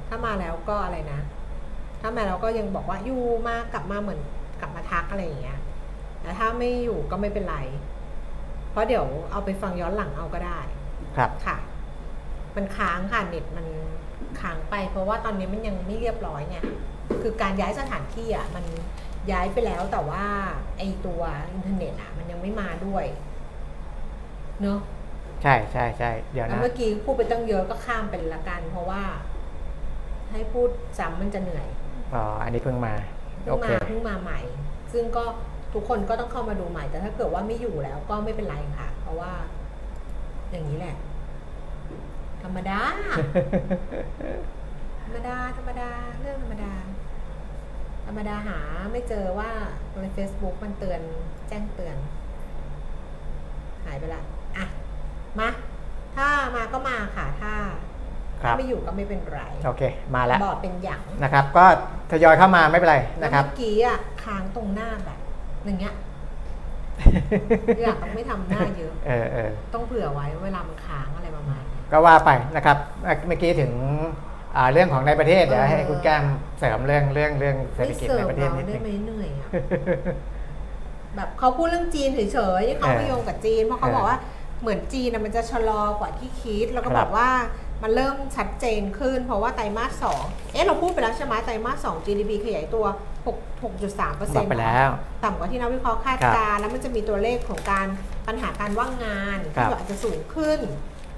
[SPEAKER 2] ถ้ามาแล้วก็อะไรนะ ถ้ามาแล้วก็ยังบอกว่าอยู่มากลับมาเหมือนกลับมาทักอะไรอย่างเงี้ยแต่ถ้าไม่อยู่ก็ไม่เป็นไร เพราะเดี๋ยวเอาไปฟังย้อนหลังเอาก็ได้
[SPEAKER 3] ครับ
[SPEAKER 2] ค่ะ มันค้างค่ะเน็ตมันค้างไป เพราะว่าตอนนี้มันยังไม่เรียบร้อยไงคือการย้ายสถานที่อ่ะมันย้ายไปแล้วแต่ว่าไอตัวอินเทอร์เน็ตอ่ะมันยังไม่มาด้วยเนาะ
[SPEAKER 3] ใช่ใช่ใช่เดี๋ยว
[SPEAKER 2] แล้ว
[SPEAKER 3] นะ
[SPEAKER 2] เมื่อกี้พูดไปตั้งเยอะก็ข้ามไปละกัน เพราะว่า ให้พูดซ้ำมันจะเหนื่อย
[SPEAKER 3] อ๋อ อันนี้เพิ่งมา โอ
[SPEAKER 2] เพิ่งมา
[SPEAKER 3] เค
[SPEAKER 2] เพิ่งมาใหม่ ซึ่งก็ทุกคนก็ต้องเข้ามาดูใหม่ แต่ถ้าเกิดว่าไม่อยู่แล้วก็ไม่เป็นไรค่ะ เพราะว่า อย่างนี้แหละ ธรรมดา ธรรมดา ธรรมดา เรื่องธรรมดา ธรรมดาหาไม่เจอว่าใน Facebook มันเตือนแจ้งเตือน หายไปละอ่ะ มา ถ้ามาก็มาค่ะ ถ้า
[SPEAKER 3] ครั
[SPEAKER 2] ถ้า
[SPEAKER 3] บ
[SPEAKER 2] ไม่อยู่ก็ไม่เป็นไร
[SPEAKER 3] โอเค มาแล้ว
[SPEAKER 2] บอดเป็นอย่าง
[SPEAKER 3] นะครับ ก็ทยอยเข้ามาไม่เป็นไร
[SPEAKER 2] แล้ว
[SPEAKER 3] นะครับ
[SPEAKER 2] เมื่อกี้อ่ะค้างตรงหน้าแบบอย่าง
[SPEAKER 3] *laughs*
[SPEAKER 2] เงี้ย อยากต้องไม่ทำหน้าเยอะ
[SPEAKER 3] เออเออ
[SPEAKER 2] ต้องเผื่อไว้เวลามันค้างอะไรประมาณนี้
[SPEAKER 3] ก็ว่าไปนะครับ เมื่อกี้ถึงอ่าเรื่องของในประเทศ เดี๋ยวให้
[SPEAKER 2] เออ
[SPEAKER 3] คุณแก้มเสริมเรื่องเรื่องเรื่องเศรษฐ
[SPEAKER 2] ไม่
[SPEAKER 3] กิจ
[SPEAKER 2] เสิ
[SPEAKER 3] ใน
[SPEAKER 2] ร์ฟ
[SPEAKER 3] ประเทศ
[SPEAKER 2] เรา
[SPEAKER 3] นิด
[SPEAKER 2] ได้
[SPEAKER 3] นึง
[SPEAKER 2] ไหมเหนื่อยอ่ะ แบบเขาพูดเรื่องจีนเฉยๆเขา
[SPEAKER 3] เออ
[SPEAKER 2] ไปโยงกับจีน เพราะเขา
[SPEAKER 3] เออ
[SPEAKER 2] บอกว่าเหมือนจีนน่ะมันจะชะลอกว่าที่คิด แล้วก็
[SPEAKER 3] ครับบ
[SPEAKER 2] อกว่ามันเริ่มชัดเจนขึ้น เพราะว่าไตรมาสสองเอ๊ะเราพูดไปแล้วใช่ไหมไตรมาสสอง GDP ขยายตัว6 6.3เปอร์
[SPEAKER 3] บ
[SPEAKER 2] เซ็
[SPEAKER 3] อน ก
[SPEAKER 2] ต์
[SPEAKER 3] ไปแล้ว
[SPEAKER 2] ต่ำกว่าที่นักวิเคราะห์คาดการณ์แล้วมันจะมีตัวเลขของการปัญหาการว่างงาน
[SPEAKER 3] ครั
[SPEAKER 2] ที่
[SPEAKER 3] บ
[SPEAKER 2] อาจจะสูงขึ้น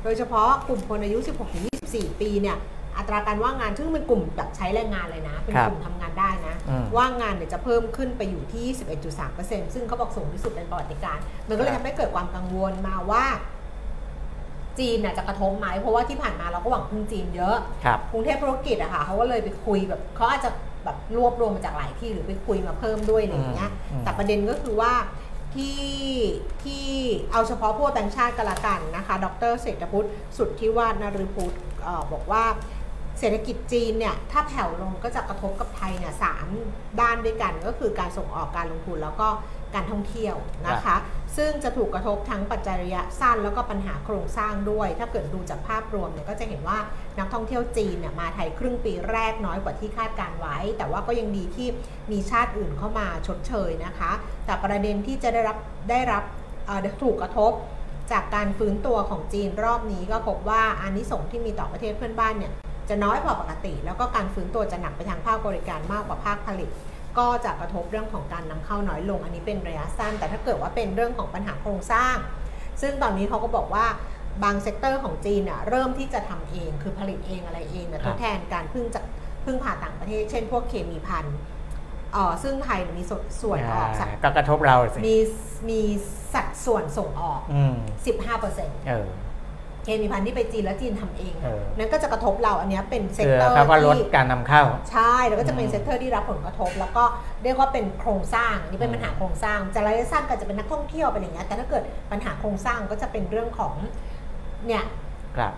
[SPEAKER 2] โดยเฉพาะกลุ่มคนอายุ 16-24 ปีเนี่ยอัตราการว่างงานซึ่งเป็นกลุ่มแบบใช้แรงงานเลยนะ เป็นกลุ่มทำงานได้นะ
[SPEAKER 3] อืม
[SPEAKER 2] ว่างงานเนี่ยจะเพิ่มขึ้นไปอยู่ที่ 11.3%ซึ่งเขาบอกสูงที่สุดเป็นประวัติการณ์มันก็เลย
[SPEAKER 3] ครั
[SPEAKER 2] ทำ
[SPEAKER 3] บ
[SPEAKER 2] ให้เกิดความกังวลมาว่า จีนน่ะจะกระทบไหมเพราะว่าที่ผ่านมาเราก็หวังพึ่งจีนเยอะ
[SPEAKER 3] ครับ
[SPEAKER 2] กรุงเทพธุรกิจอะค่ะเขาก็เลยไปคุยแบบเขาอาจจะแบบรวบรวมมาจากหลายที่หรือไปคุยมาเพิ่มด้วยอะไรอย่างเงี้ย
[SPEAKER 3] อืมอืม
[SPEAKER 2] แต่ประเด็นก็คือว่าที่ที่เอาเฉพาะผู้แบงค์ชาติกันละกันนะคะ ดรเศรษฐพุทธสุทธิวาฒนฤพุทธเอ่อบอกว่า เศรษฐกิจจีนเนี่ยถ้าแผ่วลงก็จะกระทบกับไทยเนี่ยสามด้านด้วยกันก็คือการส่งออกการลงทุนแล้วก็การท่องเที่ยวนะคะ ซึ่งจะถูกกระทบทั้งปัจจัยระยะสั้นแล้วก็ปัญหาโครงสร้างด้วย ถ้าเกิดดูจากภาพรวมเนี่ยก็จะเห็นว่านักท่องเที่ยวจีนเนี่ยมาไทยครึ่งปีแรกน้อยกว่าที่คาดการไว้ แต่ว่าก็ยังดีที่มีชาติอื่นเข้ามาชดเชยนะคะ แต่ประเด็นที่จะได้รับได้รับเอ่อถูกกระทบ จากการฟื้นตัวของจีนรอบนี้ก็พบว่าอานิสงส์ที่มีต่อประเทศเพื่อนบ้านเนี่ยจะน้อยกว่าปกติ แล้วก็การฟื้นตัวจะหนักไปทางภาคบริการมากกว่าภาคผลิต ก็จะกระทบเรื่องของการนำเข้าน้อยลง อันนี้เป็นระยะสั้น แต่ถ้าเกิดว่าเป็นเรื่องของปัญหาโครงสร้าง ซึ่งตอนนี้เขาก็บอกว่าบางเซกเตอร์ของจีนน่ะเริ่มที่จะทำเอง คือผลิตเองอะไรเองเนี่ย
[SPEAKER 3] ค
[SPEAKER 2] ท
[SPEAKER 3] รับ
[SPEAKER 2] ดแทนการพึ่งจากพึ่งผ่าต่างประเทศ เช่น พวกเคมีพันธุ์เอ่อซึ่งไทยมีส่วนส่วนออกสัด
[SPEAKER 3] อ่าก็กระทบเราสิ
[SPEAKER 2] มีมีสัดส่วนส่งออก
[SPEAKER 3] อืม
[SPEAKER 2] 15%
[SPEAKER 3] เออ
[SPEAKER 2] เคมีพันธุ์ที่ไปจีนแล้วจีนทำเอง
[SPEAKER 3] เออ
[SPEAKER 2] นั่นก็จะกระทบเราอันเนี้ยเป็นเซก
[SPEAKER 3] คือ
[SPEAKER 2] เตอร์
[SPEAKER 3] เขาก็ลด
[SPEAKER 2] ที่
[SPEAKER 3] การนำเข้า
[SPEAKER 2] ใช่แล้วก็จะเป็น
[SPEAKER 3] อืม
[SPEAKER 2] เซกเตอร์ที่รับผลกระทบ แล้วก็เรียกว่าเป็นโครงสร้างอันนี่เป็น
[SPEAKER 3] อืม
[SPEAKER 2] ปัญหาโครงสร้างจะระยะสั้นก็จะเป็นนักท่องเที่ยวเป็นอย่างเงี้ยแต่ถ้าเกิดปัญหาโครงสร้างก็จะเป็นเรื่องของเนี่ย
[SPEAKER 3] ครับ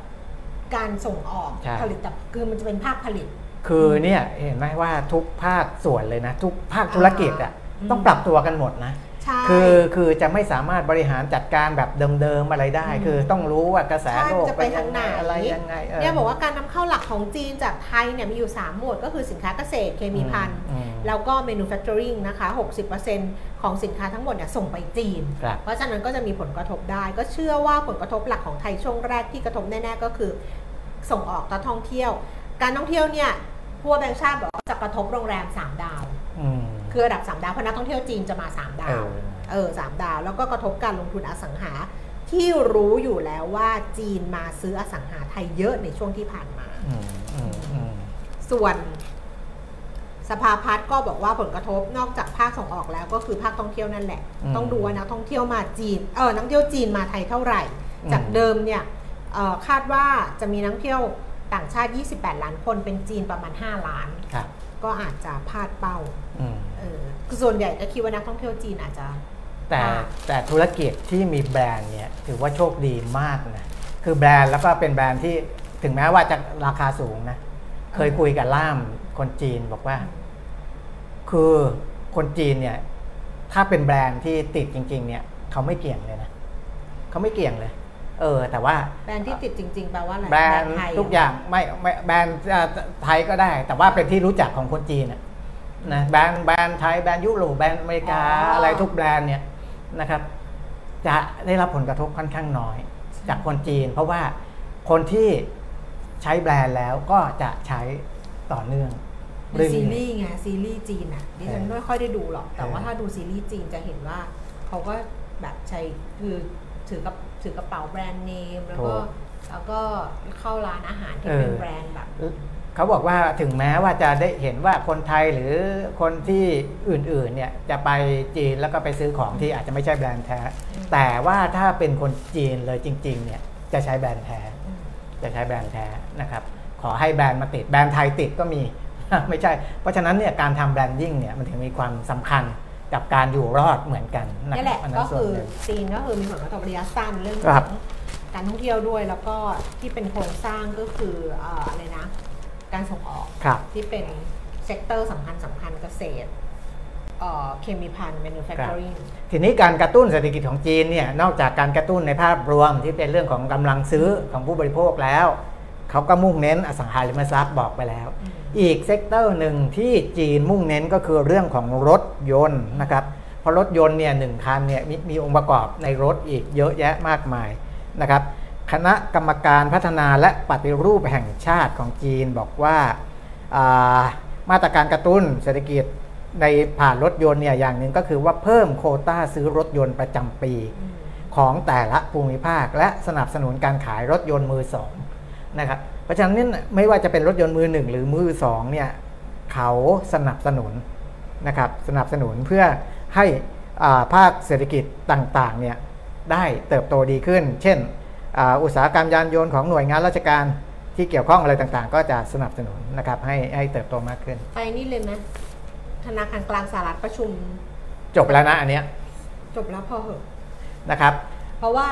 [SPEAKER 2] การส่งออก
[SPEAKER 3] ใช่
[SPEAKER 2] ผลิตภัณฑ์คือมันจะเป็นภาคผลิต
[SPEAKER 3] คือเนี่ยเห็นไหมว่าทุกภาคส่วนเลยนะ ทุกภาคธุรกิจอ่ะ
[SPEAKER 2] อ่า
[SPEAKER 3] ต้องปรับตัวกันหมดนะ
[SPEAKER 2] ใช่
[SPEAKER 3] คือคือจะไม่สามารถบริหารจัดการแบบเดิมๆอะไรได้
[SPEAKER 2] อืม
[SPEAKER 3] คือต้องรู้ว่ากระแส
[SPEAKER 2] ใช่
[SPEAKER 3] โลก
[SPEAKER 2] มันจะไป
[SPEAKER 3] เป็นยังไง
[SPEAKER 2] ทางไหน
[SPEAKER 3] อะไรยังไง
[SPEAKER 2] เนี่ยบอกว่าการนำเข้าหลักของจีนจากไทยเนี่ยมีอยู่ 3 หมวดก็คือสินค้าเกษตรเคมีพันธุ์
[SPEAKER 3] อืม
[SPEAKER 2] แล้วก็ manufacturing นะคะ 60%ของสินค้าทั้งหมดเนี่ยส่งไปจีน
[SPEAKER 3] ครับ
[SPEAKER 2] เพราะฉะนั้นก็จะมีผลกระทบได้ ก็เชื่อว่าผลกระทบหลักของไทยช่วงแรกที่กระทบแน่ ๆ ก็คือ ส่งออกและท่องเที่ยว การท่องเที่ยวเนี่ยผู้ว่าแบงค์ชาติบอกว่าจะกระทบโรงแรม 3 ดาว
[SPEAKER 3] อืม
[SPEAKER 2] คือระดับ 3 ดาวเพราะนักท่องเที่ยวจีนจะมา 3 ดาว
[SPEAKER 3] เออ
[SPEAKER 2] เออสามดาว แล้วก็กระทบการลงทุนอสังหา ที่รู้อยู่แล้วว่าจีนมาซื้ออสังหาไทยเยอะในช่วงที่ผ่านมา
[SPEAKER 3] อืมอืมอืม
[SPEAKER 2] ส่วนสภาพัฒน์ก็บอกว่าผลกระทบนอกจากภาคส่งออกแล้วก็คือภาคท่องเที่ยวนั่นแหละ
[SPEAKER 3] อืม
[SPEAKER 2] ต้องดูว่านักท่องเที่ยวมาจีนเออนักท่องเที่ยวจีนมาไทยเท่าไหร่
[SPEAKER 3] อืม
[SPEAKER 2] จากเดิมเนี่ยเอ่อคาดว่าจะมีนักท่องเที่ยวต่างชาติ 28 ล้านคนเป็นจีนประมาณ 5 ล้าน
[SPEAKER 3] ครับ
[SPEAKER 2] ก็อาจจะพลาดเป้า
[SPEAKER 3] อืม
[SPEAKER 2] เออคือส่วนใหญ่ก็คิดว่านักท่องเที่ยวจีนอาจจะ
[SPEAKER 3] แต่
[SPEAKER 2] ค่ะ
[SPEAKER 3] แต่ธุรกิจที่มีแบรนด์เนี่ยถือว่าโชคดีมากนะ คือแบรนด์แล้วก็เป็นแบรนด์ที่ถึงแม้ว่าจะราคาสูงนะ เคยคุยกับล่ามคนจีนบอกว่า คือคนจีนเนี่ย ถ้าเป็นแบรนด์ที่ติดจริง ๆ เนี่ย เขาไม่เกี่ยงเลยนะเขาไม่เกี่ยงเลย เออ แต่ว่า
[SPEAKER 2] แบรนด์ที่ติดจริง ๆ แปลว่าอะไร
[SPEAKER 3] แบรนด์
[SPEAKER 2] ไทย
[SPEAKER 3] ทุกอย่างไม่ไม่แบรนด์เอ่อไทยก็ได้ แต่ว่าเป็นที่รู้จักของคนจีนน่ะนะแบรนด์แบรนด์ไทยแบรนด์ยุโรปแบรนด์อเมริกาอะไรทุกแบรนด์เนี่ยนะครับ จะได้รับผลกระทบค่อนข้างน้อย จากคนจีน เพราะว่าคนที่ใช้แบรนด์แล้วก็จะใช้ต่อเนื่อง
[SPEAKER 2] เป็นซี
[SPEAKER 3] เอยๆ
[SPEAKER 2] รีส์ไงซีรีส์จีนอ่ะดิฉัน
[SPEAKER 3] เออ
[SPEAKER 2] ไม่ค่อยได้ดูหรอก แต่ว่า
[SPEAKER 3] เออ
[SPEAKER 2] ถ้าดูซีรีส์จีนจะเห็นว่า เขาก็แบบใช้คือถือกระถือกระเป๋าแบรนด์เนมแล้วก็แล้วก็เข้าร้านอาหารที่เป็นแบรนด์แบบ
[SPEAKER 3] เขาบอกว่าถึงแม้ว่าจะได้เห็นว่าคนไทยหรือคนที่อื่นๆเนี่ยจะไปจีนแล้วก็ไปซื้อของที่อาจจะไม่ใช่แบรนด์แท้
[SPEAKER 2] อืม
[SPEAKER 3] แต่ว่าถ้าเป็นคนจีนเลยจริงๆเนี่ยจะใช้แบรนด์แท้
[SPEAKER 2] อืม
[SPEAKER 3] จะใช้แบรนด์แท้นะครับ ขอให้แบรนด์มาติดแบรนด์ไทยติดก็มี *laughs* ไม่ใช่ เพราะฉะนั้นเนี่ยการทำแบรนดิ้งเนี่ยมันถึงมีความสำคัญกับการอยู่รอดเหมือนกันครับ
[SPEAKER 2] นี่นแหละ
[SPEAKER 3] อั
[SPEAKER 2] ก็
[SPEAKER 3] ส่ว
[SPEAKER 2] คือน
[SPEAKER 3] หนึ่ง
[SPEAKER 2] จีนก็คือมีผลกระทบระยะสั้นเรื่องข
[SPEAKER 3] ครั
[SPEAKER 2] อบ งการท่องเที่ยวด้วยแล้วก็ที่เป็นโครงสร้างก็คือเอ่ออะไรนะ การส่งออก
[SPEAKER 3] ครับ
[SPEAKER 2] ที่เป็นเซกเตอร์สำคัญสำคัญเกษตรเอ่อเคมีพันธุ์ manufacturing
[SPEAKER 3] ทีนี้การกระตุ้นเศรษฐกิจของจีนเนี่ยนอกจากการกระตุ้นในภาพรวมที่เป็นเรื่องของกำลังซื้อของผู้บริโภคแล้ว เขาก็มุ่งเน้นอสังหาริมทรัพย์บอกไปแล้ว
[SPEAKER 2] อืม
[SPEAKER 3] อีกเซกเตอร์หนึ่งที่จีนมุ่งเน้นก็คือเรื่องของรถยนต์นะครับเพราะรถยนต์เนี่ยหนึ่งคันเนี่ยมมีองค์ประกอบในรถอีกเยอะแยะมากมายนะครับ คณะกรรมการพัฒนาและปฏิรูปแห่งชาติของจีนบอกว่าอ่ามาตรการกระตุ้นเศรษฐกิจในผ่านรถยนต์เนี่ยอย่างหนึ่งก็คือว่าเพิ่มโควต้าซื้อรถยนต์ประจำปี
[SPEAKER 2] อืม
[SPEAKER 3] ของแต่ละภูมิภาคและสนับสนุนการขายรถยนต์มือสองนะครับเพราะฉะนั้นเนี่ยไม่ว่าจะเป็นรถยนต์มือหนึ่งหรือมือสองเนี่ยเขาสนับสนุนนะครับสนับสนุนเพื่อให้อ่าภาคเศรษฐกิจต่างๆเนี่ยได้เติบโตดีขึ้น เช่นอ่าอุตสาหกรรมยานยนต์ของหน่วยงานราชการที่เกี่ยวข้องอะไรต่างๆ ก็จะสนับสนุนนะครับให้ให้เติบโตมากขึ้น
[SPEAKER 2] ไปนี่เลยไหมธนาคารกลางสหรัฐประชุม
[SPEAKER 3] จบแล้วนะอันเนี้ย
[SPEAKER 2] จบแล้วพอเหอะ
[SPEAKER 3] นะครับ
[SPEAKER 2] เพราะว่า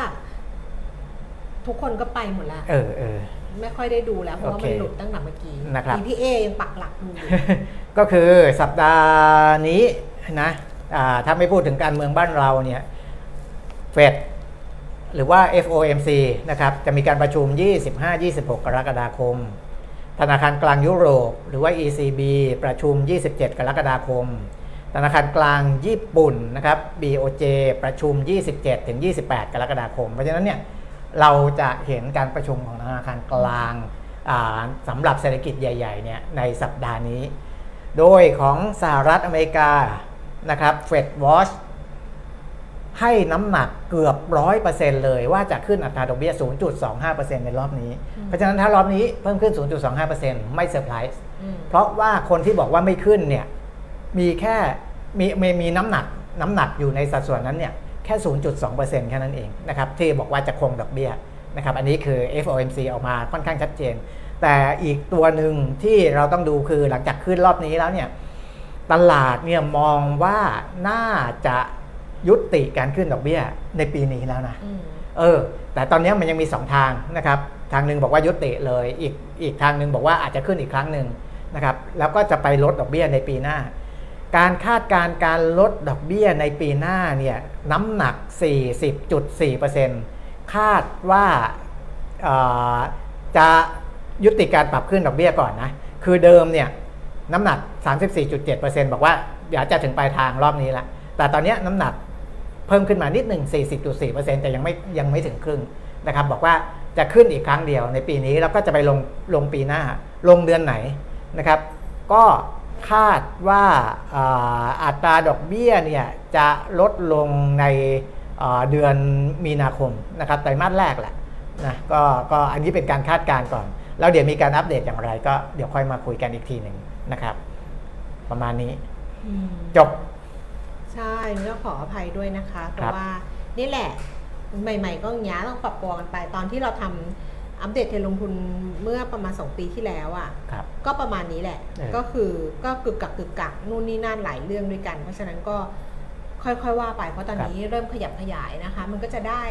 [SPEAKER 2] ทุกคนก็ไปหมดละ
[SPEAKER 3] เออเออ
[SPEAKER 2] ไม่ค่อยได้ดูแล้วเพราะว่า
[SPEAKER 3] โอเค
[SPEAKER 2] มันหลุดตั้งแต่เมื่อกี้
[SPEAKER 3] นะครับ
[SPEAKER 2] พี่เอยังปักหลักดูอยู่
[SPEAKER 3] *laughs* ก็คือสัปดาห์นี้นะอ่าถ้าไม่พูดถึงการเมืองบ้านเราเนี่ยเฟดหรือว่า FOMC นะครับจะมีการประชุม 25-26 กรกฎาคม ธนาคารกลางยุโรป หรือว่า ECB ประชุม 27 กรกฎาคม ธนาคารกลางญี่ปุ่นนะครับ BOJ ประชุม 27 ถึง 28 กรกฎาคม เพราะฉะนั้นเนี่ยเราจะเห็นการประชุมของธนาคารกลางอ่าสำหรับเศรษฐกิจใหญ่ๆเนี่ยในสัปดาห์นี้ โดยของสหรัฐอเมริกานะครับ Fed Watch ให้น้ำหนักเกือบ 100%เลยว่าจะขึ้นอัตราดอกเบี้ย 0.25%ในรอบนี้
[SPEAKER 2] อืม
[SPEAKER 3] เพราะฉะนั้นถ้ารอบนี้เพิ่มขึ้น 0.25%ไม่เซอร์ไพรส์
[SPEAKER 2] อืม
[SPEAKER 3] เพราะว่าคนที่บอกว่าไม่ขึ้นเนี่ยมีแค่มีมีมีน้ำหนักน้ำหนักอยู่ในสัดส่วนนั้นเนี่ยแค่ 0.2%แค่นั้นเองนะครับที่บอกว่าจะคงดอกเบี้ยนะครับอันนี้คือ FOMC ออกมาค่อนข้างชัดเจน แต่อีกตัวหนึ่งที่เราต้องดูคือหลังจากขึ้นรอบนี้แล้วเนี่ยตลาดเนี่ยมองว่าน่าจะยุติการขึ้นดอกเบี้ยในปีนี้แล้วนะ
[SPEAKER 2] อืม
[SPEAKER 3] เออ แต่ตอนนี้มันยังมี 2 ทางนะครับ ทางหนึ่งบอกว่ายุติเลย อีกอีกทางหนึ่งบอกว่าอาจจะขึ้นอีกครั้งหนึ่งนะครับ แล้วก็จะไปลดดอกเบี้ยในปีหน้า การคาดการณ์การลดดอกเบี้ยในปีหน้าเนี่ยน้ำหนัก 40.4%คาดว่าเอ่อจะยุติการปรับขึ้นดอกเบี้ยก่อนนะ คือเดิมเนี่ยน้ำหนัก 34.7%บอกว่าเดี๋ยวจะถึงปลายทางรอบนี้ละแต่ตอนเนี้ยน้ำหนัก เพิ่มขึ้นมานิดหนึ่ง40.4%แต่ยังไม่ยังไม่ถึงครึ่งนะครับ บอกว่าจะขึ้นอีกครั้งเดียวในปีนี้ แล้วก็จะไปลงลงปีหน้า ลงเดือนไหนนะครับ ก็คาดว่าอ่าอัตราดอกเบี้ยเนี่ยจะลดลงในอ่าเดือนมีนาคมนะครับไตรมาสแรกแหละนะก็ก็อันนี้เป็นการคาดการณ์ก่อน แล้วเดี๋ยวมีการอัปเดตอย่างไร ก็เดี๋ยวค่อยมาคุยกันอีกทีหนึ่งนะครับ ประมาณนี้
[SPEAKER 2] อืม
[SPEAKER 3] จบ
[SPEAKER 2] ใช่ก็ขออภัยด้วยนะคะ เพ
[SPEAKER 3] ครั
[SPEAKER 2] ราะ
[SPEAKER 3] บ
[SPEAKER 2] ว่านี่แหละใหม่ ๆ ก็อย่างเงี้ยต้องปรับปรุงกันไป ตอนที่เราทำอัปเดตเทรนด์ลงทุนเมื่อประมาณ 2 ปีที่แล้วอะ่ะ
[SPEAKER 3] ครับ
[SPEAKER 2] ก็ประมาณนี้แหละ
[SPEAKER 3] เออ
[SPEAKER 2] ก็คือก็กึกกักกึกกักนู่นนี่นั่นหลายเรื่องด้วยกัน เพราะฉะนั้นก็ค่อยๆว่าไป เพราะตอนนี้เริ่มขยับขยายนะคะ มันก็จะได้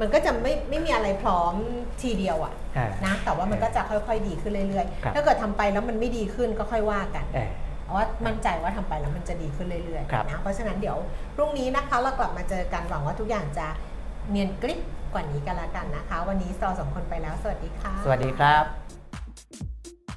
[SPEAKER 2] มันก็จะไม่ไม่มีอะไรพร้อมทีเดียวอะ
[SPEAKER 3] อ่า
[SPEAKER 2] นะแต่ว่ามันก็จะค่อยๆดีขึ้นเรื่อย
[SPEAKER 3] ครับ
[SPEAKER 2] ๆ ถ้าเกิดทำไปแล้วมันไม่ดีขึ้นก็ค่อยว่ากัน
[SPEAKER 3] เอ่อ
[SPEAKER 2] เพราะว่ามั่นใจว่าทำไปแล้วมันจะดีขึ้นเรื่อย
[SPEAKER 3] ครับ
[SPEAKER 2] ๆนะเพราะฉะนั้นเดี๋ยวพรุ่งนี้นะคะเรากลับมาเจอกันหวังว่าทุกอย่างจะเนียนกริบกว่านี้กันละกันนะคะ วันนี้เราสองคนไปแล้ว สวัสดีค่ะ
[SPEAKER 3] สวัสดีครับ